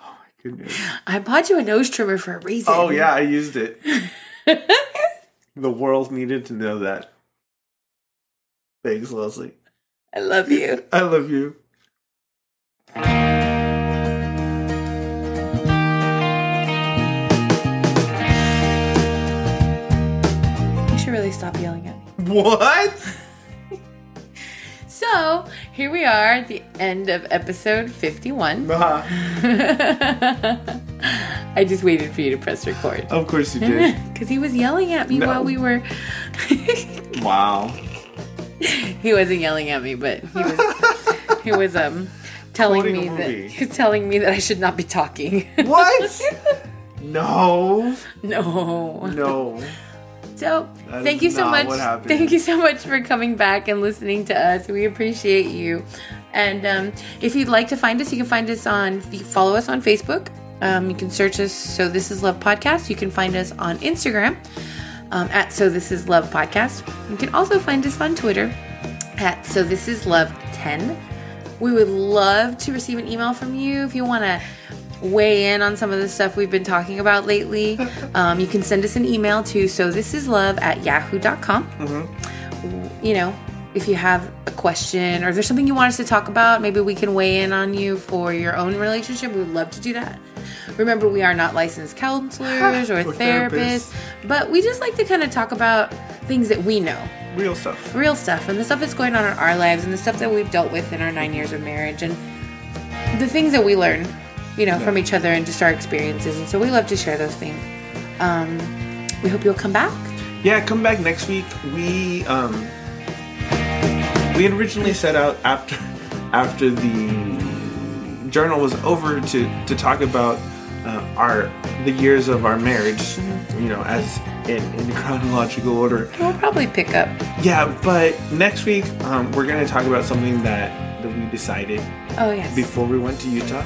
Speaker 1: Oh my goodness.
Speaker 2: I bought you a nose trimmer for a reason.
Speaker 1: Oh yeah, I used
Speaker 2: [laughs]
Speaker 1: it. the world needed to know that. Thanks, Leslie.
Speaker 2: I love you.
Speaker 1: I love you.
Speaker 2: You should really stop yelling at me.
Speaker 1: What?
Speaker 2: [laughs] So here we are at the end of episode 51.
Speaker 1: Nah,
Speaker 2: [laughs] I just waited for you to press [laughs] record.
Speaker 1: of course you did.
Speaker 2: Because he was yelling at me
Speaker 1: No.
Speaker 2: while we were.
Speaker 1: wow.
Speaker 2: [laughs] he wasn't yelling at me, but he was. he was um telling
Speaker 1: Quoting a
Speaker 2: me that
Speaker 1: movie.
Speaker 2: he was [laughs] telling me that I should not be talking. [laughs]
Speaker 1: What? No.
Speaker 2: no.
Speaker 1: No.
Speaker 2: So
Speaker 1: That is
Speaker 2: thank you so
Speaker 1: not
Speaker 2: much.
Speaker 1: what happened.
Speaker 2: Thank you so much for coming back and listening to us. We appreciate you. And um, if you'd like to find us, you can find us on you can follow us on Facebook. Um, you can search us. So this is Love Podcast. You can find us on Instagram um, at So This Is Love Podcast. You can also find us on Twitter at So This Is Love Ten. We would love to receive an email from you if you want to weigh in on some of the stuff we've been talking about lately. Um, you can send us an email to so this is love at yahoo.com. You know, if you have a question or there's something you want us to talk about, maybe we can weigh in on you for your own relationship. We would love to do that. Remember, we are not licensed counselors or,
Speaker 1: Or
Speaker 2: therapists,
Speaker 1: therapists.
Speaker 2: but we just like to kind of talk about things that we know
Speaker 1: Real stuff.
Speaker 2: real stuff and the stuff that's going on in our lives and the stuff that we've dealt with in our nine years of marriage and the things that we learn, you know, from each other and just our experiences. And so we love to share those things. Um, we hope you'll come back.
Speaker 1: Yeah, come back next week. We um we had originally set out after [laughs] after the journal was over to to talk about uh, our the years of our marriage, you know, as in, in chronological order.
Speaker 2: We'll probably pick up.
Speaker 1: Yeah, but next week um, we're gonna talk about something that that we decided
Speaker 2: Oh yes,
Speaker 1: before we went to Utah,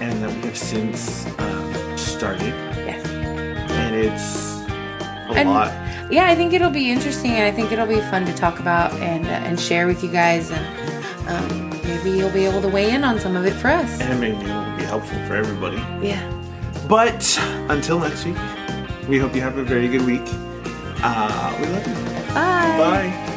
Speaker 1: and that we have since um, started,
Speaker 2: yes.
Speaker 1: and it's a
Speaker 2: And
Speaker 1: lot.
Speaker 2: yeah, I think it'll be interesting, and I think it'll be fun to talk about and uh, and share with you guys, and um, maybe you'll be able to weigh in on some of it for us.
Speaker 1: and maybe it will be helpful for everybody.
Speaker 2: Yeah.
Speaker 1: But until next week, we hope you have a very good week. Uh, we love you.
Speaker 2: Bye.
Speaker 1: Bye.